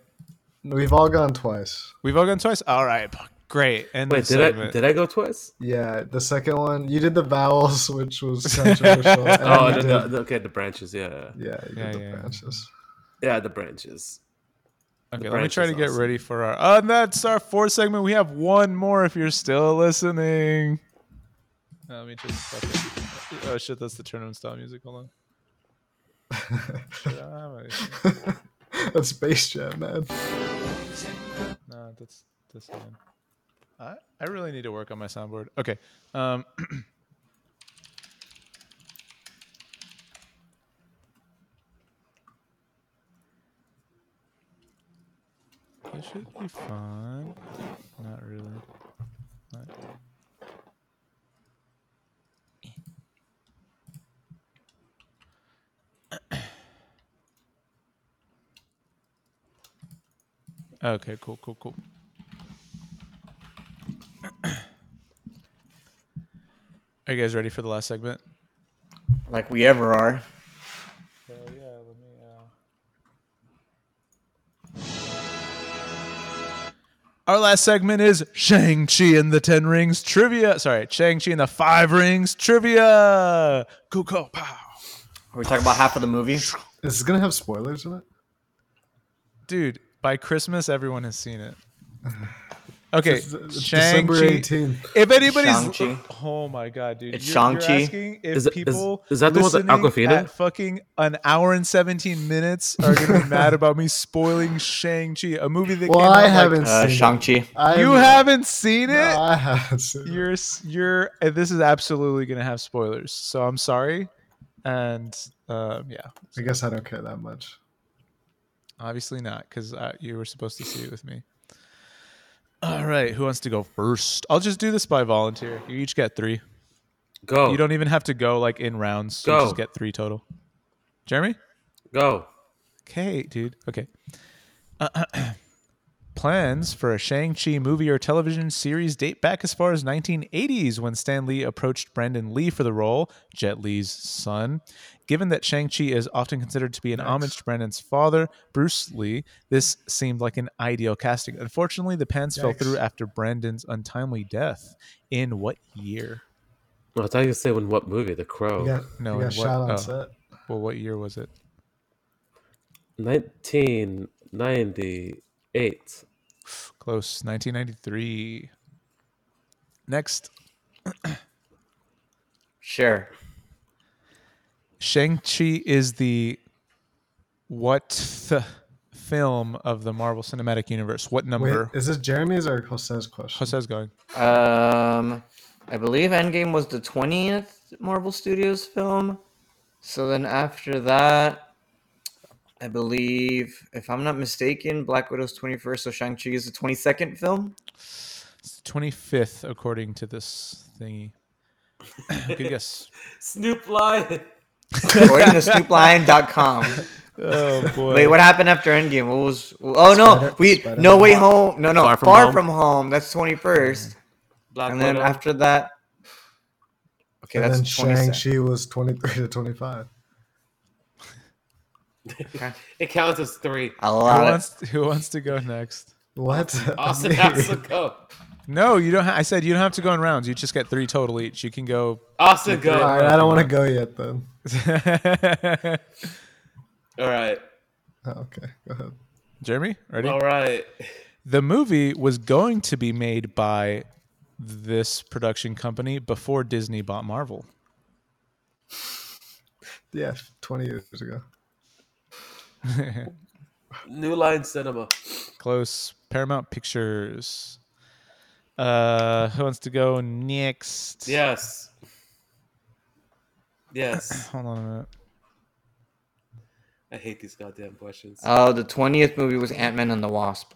we've all gone twice we've all gone twice all right great end Wait, of did I segment. did I go twice? yeah the second one you did the vowels which was controversial and Oh, you I did the, the- okay, the branches. Yeah, yeah you Yeah, did the yeah, yeah. branches yeah, the branches. Okay, The let me branch try is to get awesome. ready for our. And that's our fourth segment. We have one more if you're still listening. Uh, Let me just. fucking- Oh shit, that's the tournament style music. Hold on. Shit, I don't have it. that's space jam man No, that's that's fine. I I really need to work on my soundboard. Okay. Um. This should be fun. Not really. Not- Okay, cool, cool, cool. Are you guys ready for the last segment? Like we ever are. Our last segment is Shang-Chi and the Ten Rings trivia. Sorry, Shang-Chi and the Five Rings trivia. Cool, cool, pow. Are we talking about half of the movie? is this gonna have spoilers in it Dude, by Christmas, everyone has seen it. Okay, It's- it's Shang uh, December Chi. 18th. If anybody's, Shang-Chi. oh my god, dude, It's you're, you're Shang-Chi. asking if Is it- is- people is that the one with listening Aquafina? at fucking an hour and seventeen minutes are gonna be mad about me spoiling Shang Chi, a movie that Well, came I out, like, haven't Uh, seen Shang it. Chi. I you haven't seen it. No, I haven't seen it. you're s- you're uh, this is absolutely gonna have spoilers so i'm sorry and um yeah I guess I don't care that much. obviously not because you were supposed to see it with me all right who wants to go first i'll just do this by volunteer you each get three Go. you don't even have to go like in rounds you Go. just get three total jeremy go. okay dude okay Plans for a Shang-Chi movie or television series date back as far as 1980s when Stan Lee approached Brandon Lee for the role, Jet Li's son. Given that Shang-Chi is often considered to be an homage to Brandon's father, Bruce Lee, this seemed like an ideal casting. Unfortunately, the plans fell Yikes. through after Brandon's untimely death. In what year? Well, I thought you were saying what movie? The Crow. You got, no, you and got what- shot on oh. set. Well, what year was it? 1998. Close, 1993. Next, Sure. Shang-Chi is the what th- film of the Marvel Cinematic Universe? What Wait, number? is this Jeremy's or Jose's question? Jose's going. Um, I believe Endgame was the twentieth Marvel Studios film. So then after that, I believe, if I'm not mistaken, Black Widow's twenty first. So Shang Chi is the twenty second film. It's the 25th, according to this thingy. Good guess. Snoop Lion. According to SnoopLion.com. Oh boy. Wait, what happened after Endgame? What was? Oh no, we no way home. No, no, Far far From from, Home? home. That's twenty first. Mm-hmm. Black And then Widow. after that, okay, and that's then twenty Shang second. Chi was 23 to 25. it counts as three. I Who love it. wants, who wants to go next? What? Austin Me. has to go. No, you don't. Ha- I said you don't have to go in rounds. You just get three total each. You can go. Austin, All go. right, I don't want to go yet then. All right. Oh, okay, go ahead. Jeremy, ready? All right. the movie was going to be made by this production company before Disney bought Marvel. Yeah, 20 years ago. New Line Cinema. Close. Paramount Pictures. Uh, who wants to go next? Yes. Yes. Hold on a minute. I hate these goddamn questions. Oh, the twentieth movie was Ant Man and the Wasp.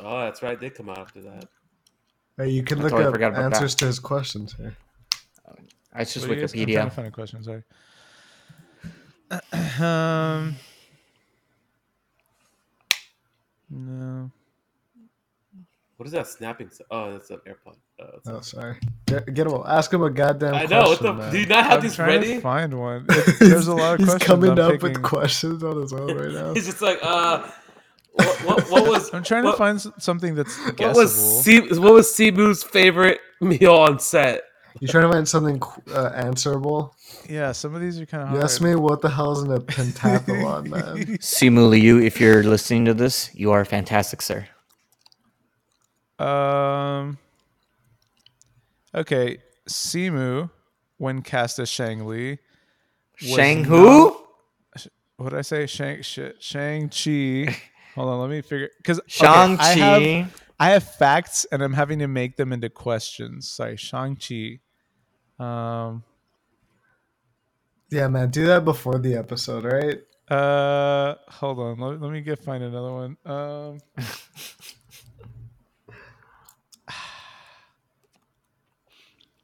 Oh, that's right. They come out after that. Hey, you can I look totally up forgot about that. answers to his questions here. It's just What do you guys- I'm trying to Wikipedia. find a question. Sorry. um. No. What is that snapping? s- Oh, that's an AirPod. Uh, it's- Oh, sorry. Get, get him. Ask him a goddamn I question. know. What the, man. do you not have I'm these trying ready? to find one. It's- There's a lot of He's questions. coming I'm up picking. with questions on his own right now. He's just like, uh, what, what, what was? I'm trying what, to find s- something that's guessable. What was C, What was Cebu's favorite meal on set? You trying to find something qu- uh, answerable? yeah, some of these are kind of You hard. asked me what the hell is in a pentathlon, man. Simu Liu, if you're listening to this, you are fantastic, sir. Um. Okay, Simu, when cast as Shang Li, Was Shang Hu? what did I say? Shang sh- Shang Chi. Hold on, let me figure. Because Shang I, Chi. have- I have facts, and I'm having to make them into questions. Sorry, Shang Chi. Um. yeah, man, do that before the episode, right? Uh. Hold on. Let, let me get find another one. Um.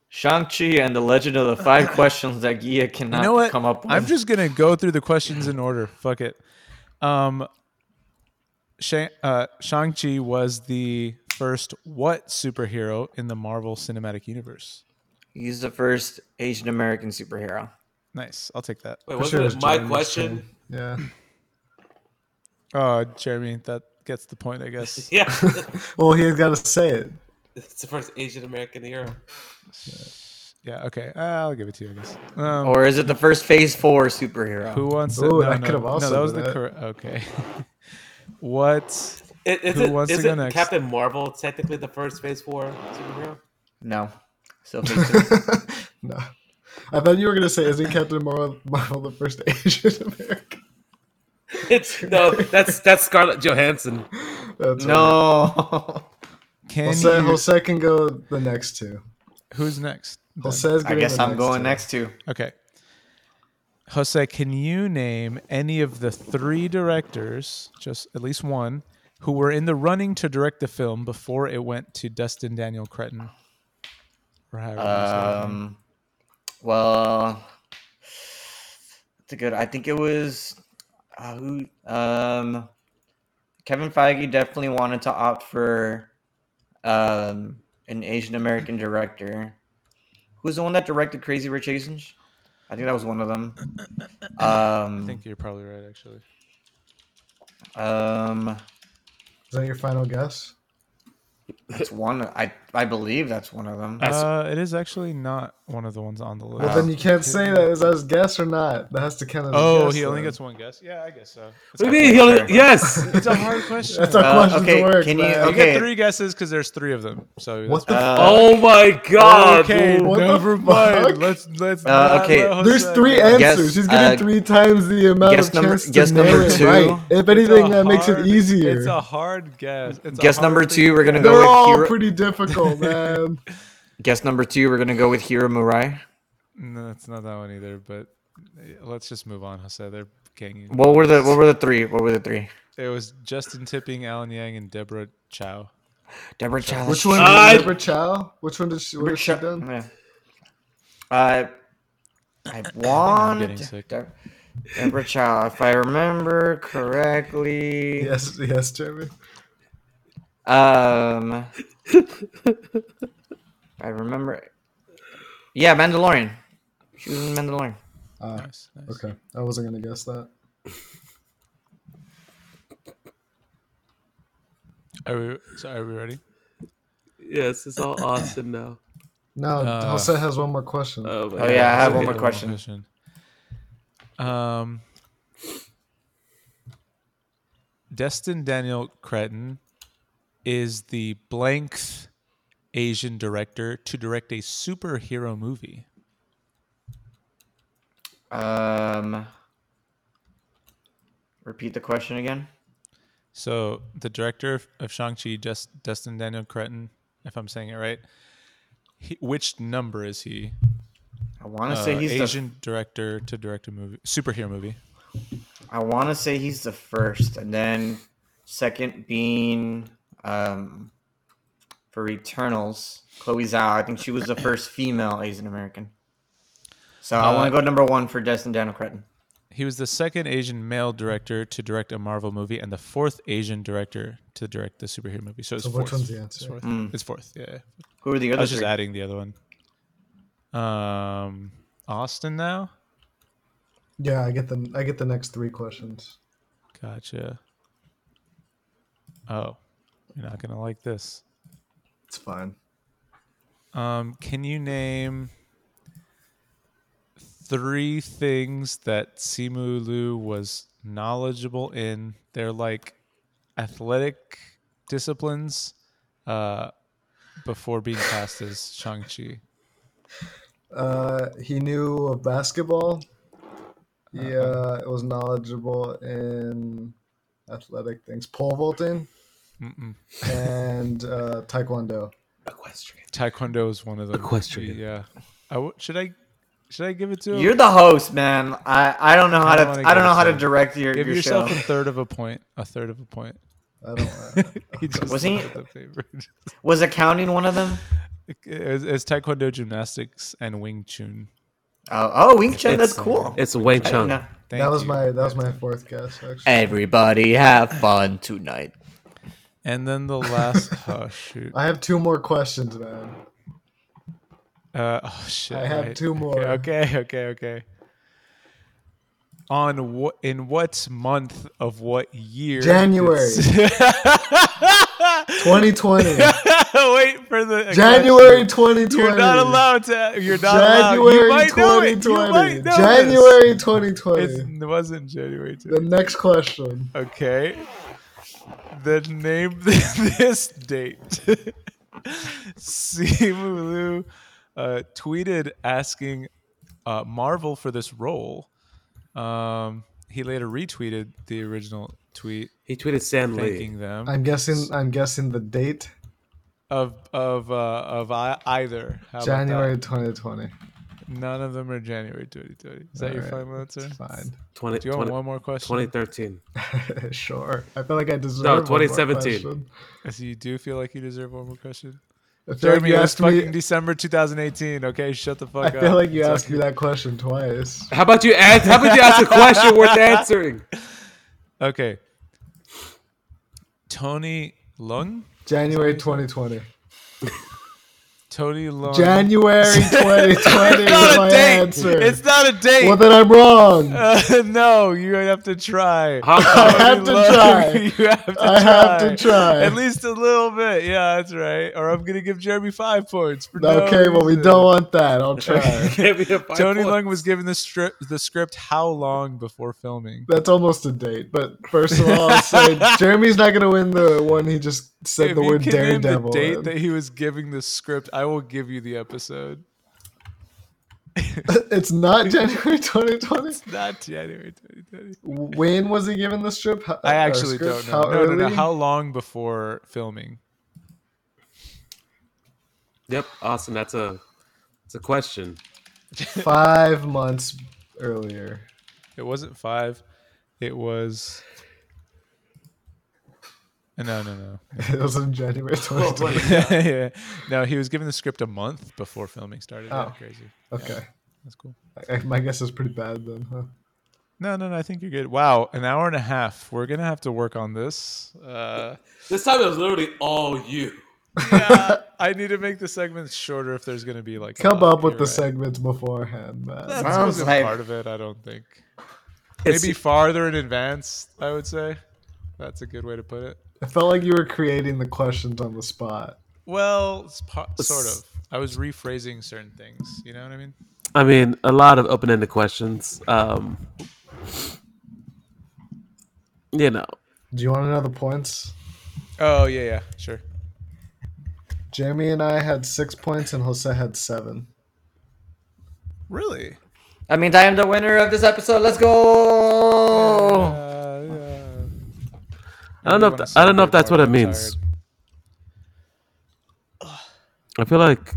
Shang Chi and the Legend of the Five Questions that Gia You cannot know what? come up with. I'm just gonna go through the questions in order. Fuck it. Um, Shang uh, Shang Chi was the first what superhero in the Marvel Cinematic Universe? He's the first Asian American superhero. Nice. I'll take that. Wait, Pretty wasn't sure it it's my Jeremy's question? turn. Yeah. Oh, Jeremy, that gets the point, I guess. Yeah, Well, he's got to say it. it's the first Asian American hero. yeah. Okay. Uh, I'll give it to you, I guess. Um, Or is it the first Phase 4 superhero? who wants? to- no, Ooh, I no, could've no, also that was done the that. correct. Okay. what It, is Who it, wants to is go it next? Captain Marvel technically the first Phase Four superhero? No. So no. I thought you were gonna say, "Isn't Captain Marvel, Marvel the first Asian American?" It's no, that's that's Scarlett Johansson. That's right. no. Can Jose, you, Jose can go the next two. who's next? then? Jose's I getting guess the I'm going two. next to Okay. Jose, can you name any of the three directors, just at least one, who were in the running to direct the film before it went to Dustin Daniel Cretton? Or however you say his name. Um, well, it's a good. I think it was uh, who. Um, Kevin Feige definitely wanted to opt for um, an Asian American director. Who's the one that directed Crazy Rich Asians? I think that was one of them. Um, I think you're probably right, actually. um, Is that your final guess? that's one. I I believe that's one of them. That's- Uh, it is actually not one of the ones on the list. Well, then you can't say that. Is that his guess or not? That has to count as. a oh, guess, he only then. gets one guess. Yeah, I guess so. It's, What do not- you mean? He only, yes, it's a hard question. That's how Uh, questions okay, work. can you- man. You get okay. three guesses because there's three of them. So What the? Uh, oh my god! okay, what the never fuck? mind. Let's let's. Uh, not okay. let f- Oh, There's Jose three go. answers. Guess- He's getting uh, three times the amount guess of number- chance guess to number nail it two. right. If It's anything, a that makes it hard- easier. It's a hard guess. It's a Guess number hard two, thing we're gonna guess. go They're with all hero- pretty difficult, man. Guess number two. We're gonna go with Hiro Murai. No, it's not that one either. But uh, let's just move on, Jose. They're ganging. What were the What were the three? What were the three? It was Justin Tipping, Alan Yang, and Deborah Chow. Deborah Chow. Which one? I- Deborah Chow? Which one did she? What has she done? Oh, Yeah. Uh, I getting want sick. Deb- Deborah Chow, if I remember correctly. Yes, yes, Jeremy. Um, I remember. Yeah, Mandalorian. She was in Mandalorian. Ah, Nice, nice. okay, I wasn't gonna guess that. Are we? So are we ready? Yes, it's all Austin now. No, Uh, Jose has one more question. Oh, my Oh yeah, I have Okay, one one more question. question. Um, Destin Daniel Cretton is the blankth Asian director to direct a superhero movie. Um, repeat the question again. So the director of- of Shang-Chi, just Destin Daniel Cretton, if I'm saying it right, he, which number is he? I want to Uh, say he's the. Asian director to direct a movie, superhero movie. I want to say he's the first, and then second being um, for Eternals, Chloe Zhao. I think she was the first female Asian American. So I want to Uh, go number one for Destin Daniel Cretton. He was the second Asian male director to direct a Marvel movie and the fourth Asian director to direct the superhero movie. So it's So fourth. which one's the It's answer? fourth. Hmm. It's fourth. Yeah. Who are the I other was just three? adding the other one. Um, Austin now. Yeah, I get the I get the next three questions. Gotcha. Oh, you're not gonna like this. It's fine. Um, can you name three things that Simu Liu was knowledgeable in? They're like athletic disciplines. Uh, before being cast as Shang Chi. Uh, he knew of basketball. Yeah, uh was knowledgeable in athletic things, pole vaulting, and uh, taekwondo. Equestrian. Taekwondo is one of them. Equestrian. Yeah. I w- should I should I give it to him? You're the host, man. I, I don't know how I to don't wanna I don't give know how to some. direct your, Give your yourself show. a third of a point. A third of a point. I don't. Uh, He just Was he- looked at the paper. Was accounting one of them? it's, it's Taekwondo gymnastics and Wing Chun. Oh, oh Wing Chun, that's It's- cool. It's Wang I didn't Chung. know. Thank that was you. my that was my fourth guess actually. Everybody have fun tonight. And then the last. oh shoot. I have two more questions, man. Uh, oh shit. I have right. two Okay, more. Okay. Okay. Okay. On what in what month of what year? did January. s- 2020, Wait for the January 2020. You're not allowed to. You're not allowed. You January might know it. You 2020. might know this. January 2020. It's, it wasn't January. The 20. next question. Okay. Then name this date. Simu Liu uh, tweeted asking uh, Marvel for this role. Um, he later retweeted the original tweet, He tweeted Sam Lee. thanking them I'm guessing. I'm guessing the date of of uh, of I- either. How about that? January 2020. None of them are January 2020. Is that your Alright, final answer? It's fine. 20, Do you want 20 one more question? 2013. sure. I feel like I deserve. No, one more 2017. question. So you do feel like you deserve one more question? I feel Jeremy, like you it was asked fucking me. December 2018. Okay, shut the fuck I up. feel like uh, you It's asked me that question twice. How about you ask? How about you ask a question worth answering? Okay. Okay. Tony Lung? January 2020. Tony Lung. January 2020 is It's not my a date. answer. It's not a date. well, then I'm wrong. Uh, no, you have to try. Hong I Kong. have to Lung, try. You have to I try. have to try. At least a little bit. Yeah, that's right. Or I'm going to give Jeremy five points. For no Okay, well, we reason. don't want that. I'll try. Give me a five Tony point. Lung was given the, stri- the script how long before filming? That's almost a date. But first of all, I'll say Jeremy's not going to win the one he just said If the you word can name daredevil. the date in. that he was giving the script, I will give you the episode. it's not January 2020. Not January 2020. When was he given the strip? How- I or actually don't script? know. How no, early? no, no. How long before filming? Yep, Austin. That's a. It's a question. Five months earlier. It wasn't five. It was. No, no, no. It was in January 2020. yeah. No, he was given the script a month before filming started. Yeah, Oh. crazy. Okay. That's cool. I- My guess is pretty bad then, huh? No, no, no. I think you're good. Wow, an hour and a half. We're gonna have to work on this. Uh, This time it was literally all you. yeah, I need to make the segments shorter if there's gonna be like. a Come lot. up with Oh, You're the right. segments beforehand, That man. Sounds wasn't like- part of it. I don't think. Maybe farther in advance. I would say that's a good way to put it. I felt like you were creating the questions on the spot. Well, it's po- sort of. I was rephrasing certain things. You know what I mean? I mean, a lot of open-ended questions. Um, you know, Do you want to know the points? Oh yeah, yeah, sure. Jeremy and I had six points, and Jose had seven. Really? That means I am the winner of this episode. Let's go. Uh, yeah. I don't know. If wanna tha- I don't know celebrate if that's what more, it but I'm means. I feel like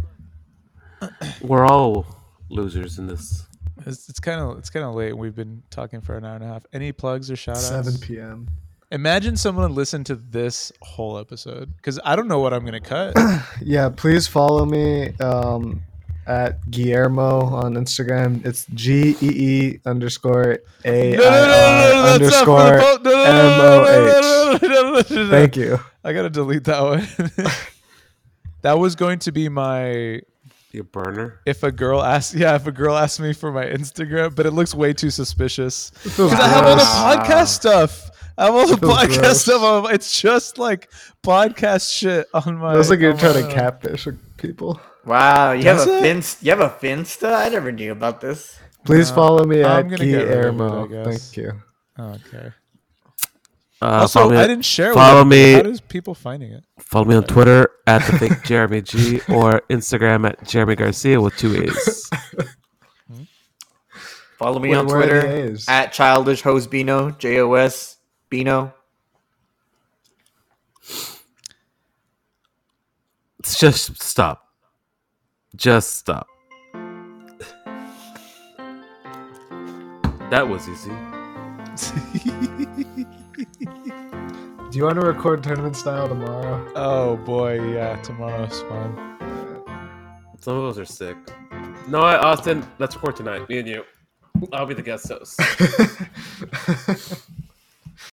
we're all losers in this. It's, it's kind of it's kind of late. We've been talking for an hour and a half. Any plugs or shout outs? 7 p.m. Imagine someone listened to this whole episode because I don't know what I'm gonna cut. Yeah, please follow me um, at Guillermo on Instagram. It's G E E underscore A I R underscore M O M-O-H. H. Thank you. I gotta delete that one. that was going to be my Your burner. if a girl asks yeah if a girl asks me for my Instagram, but it looks way too suspicious. This feels I have all the gross. podcast stuff. I have all the Feels podcast gross. stuff. On, my- it's just like podcast shit on my. Feels like you're on trying to my- catfish people. Wow, you have Does a it? fin- you have a finsta? I never knew about this. Please No, follow me I'm at gonna get rid of it, I Guillermo. guess. Thank you. Oh, okay. Uh, Also, follow me, I didn't share. follow with you. me- How does people finding it? follow me on Twitter at the fake Jeremy G or Instagram at Jeremy Garcia with two A's. Follow me Wait, on where are the Twitter A's? at childish hosebino j o s bino. It's just stop. Just stop. That was easy. Do you want to record tournament style tomorrow? Oh boy, yeah. Tomorrow's fun. Some of us are sick. No, I- Austin, let's record tonight. Me and you. I'll be the guest host.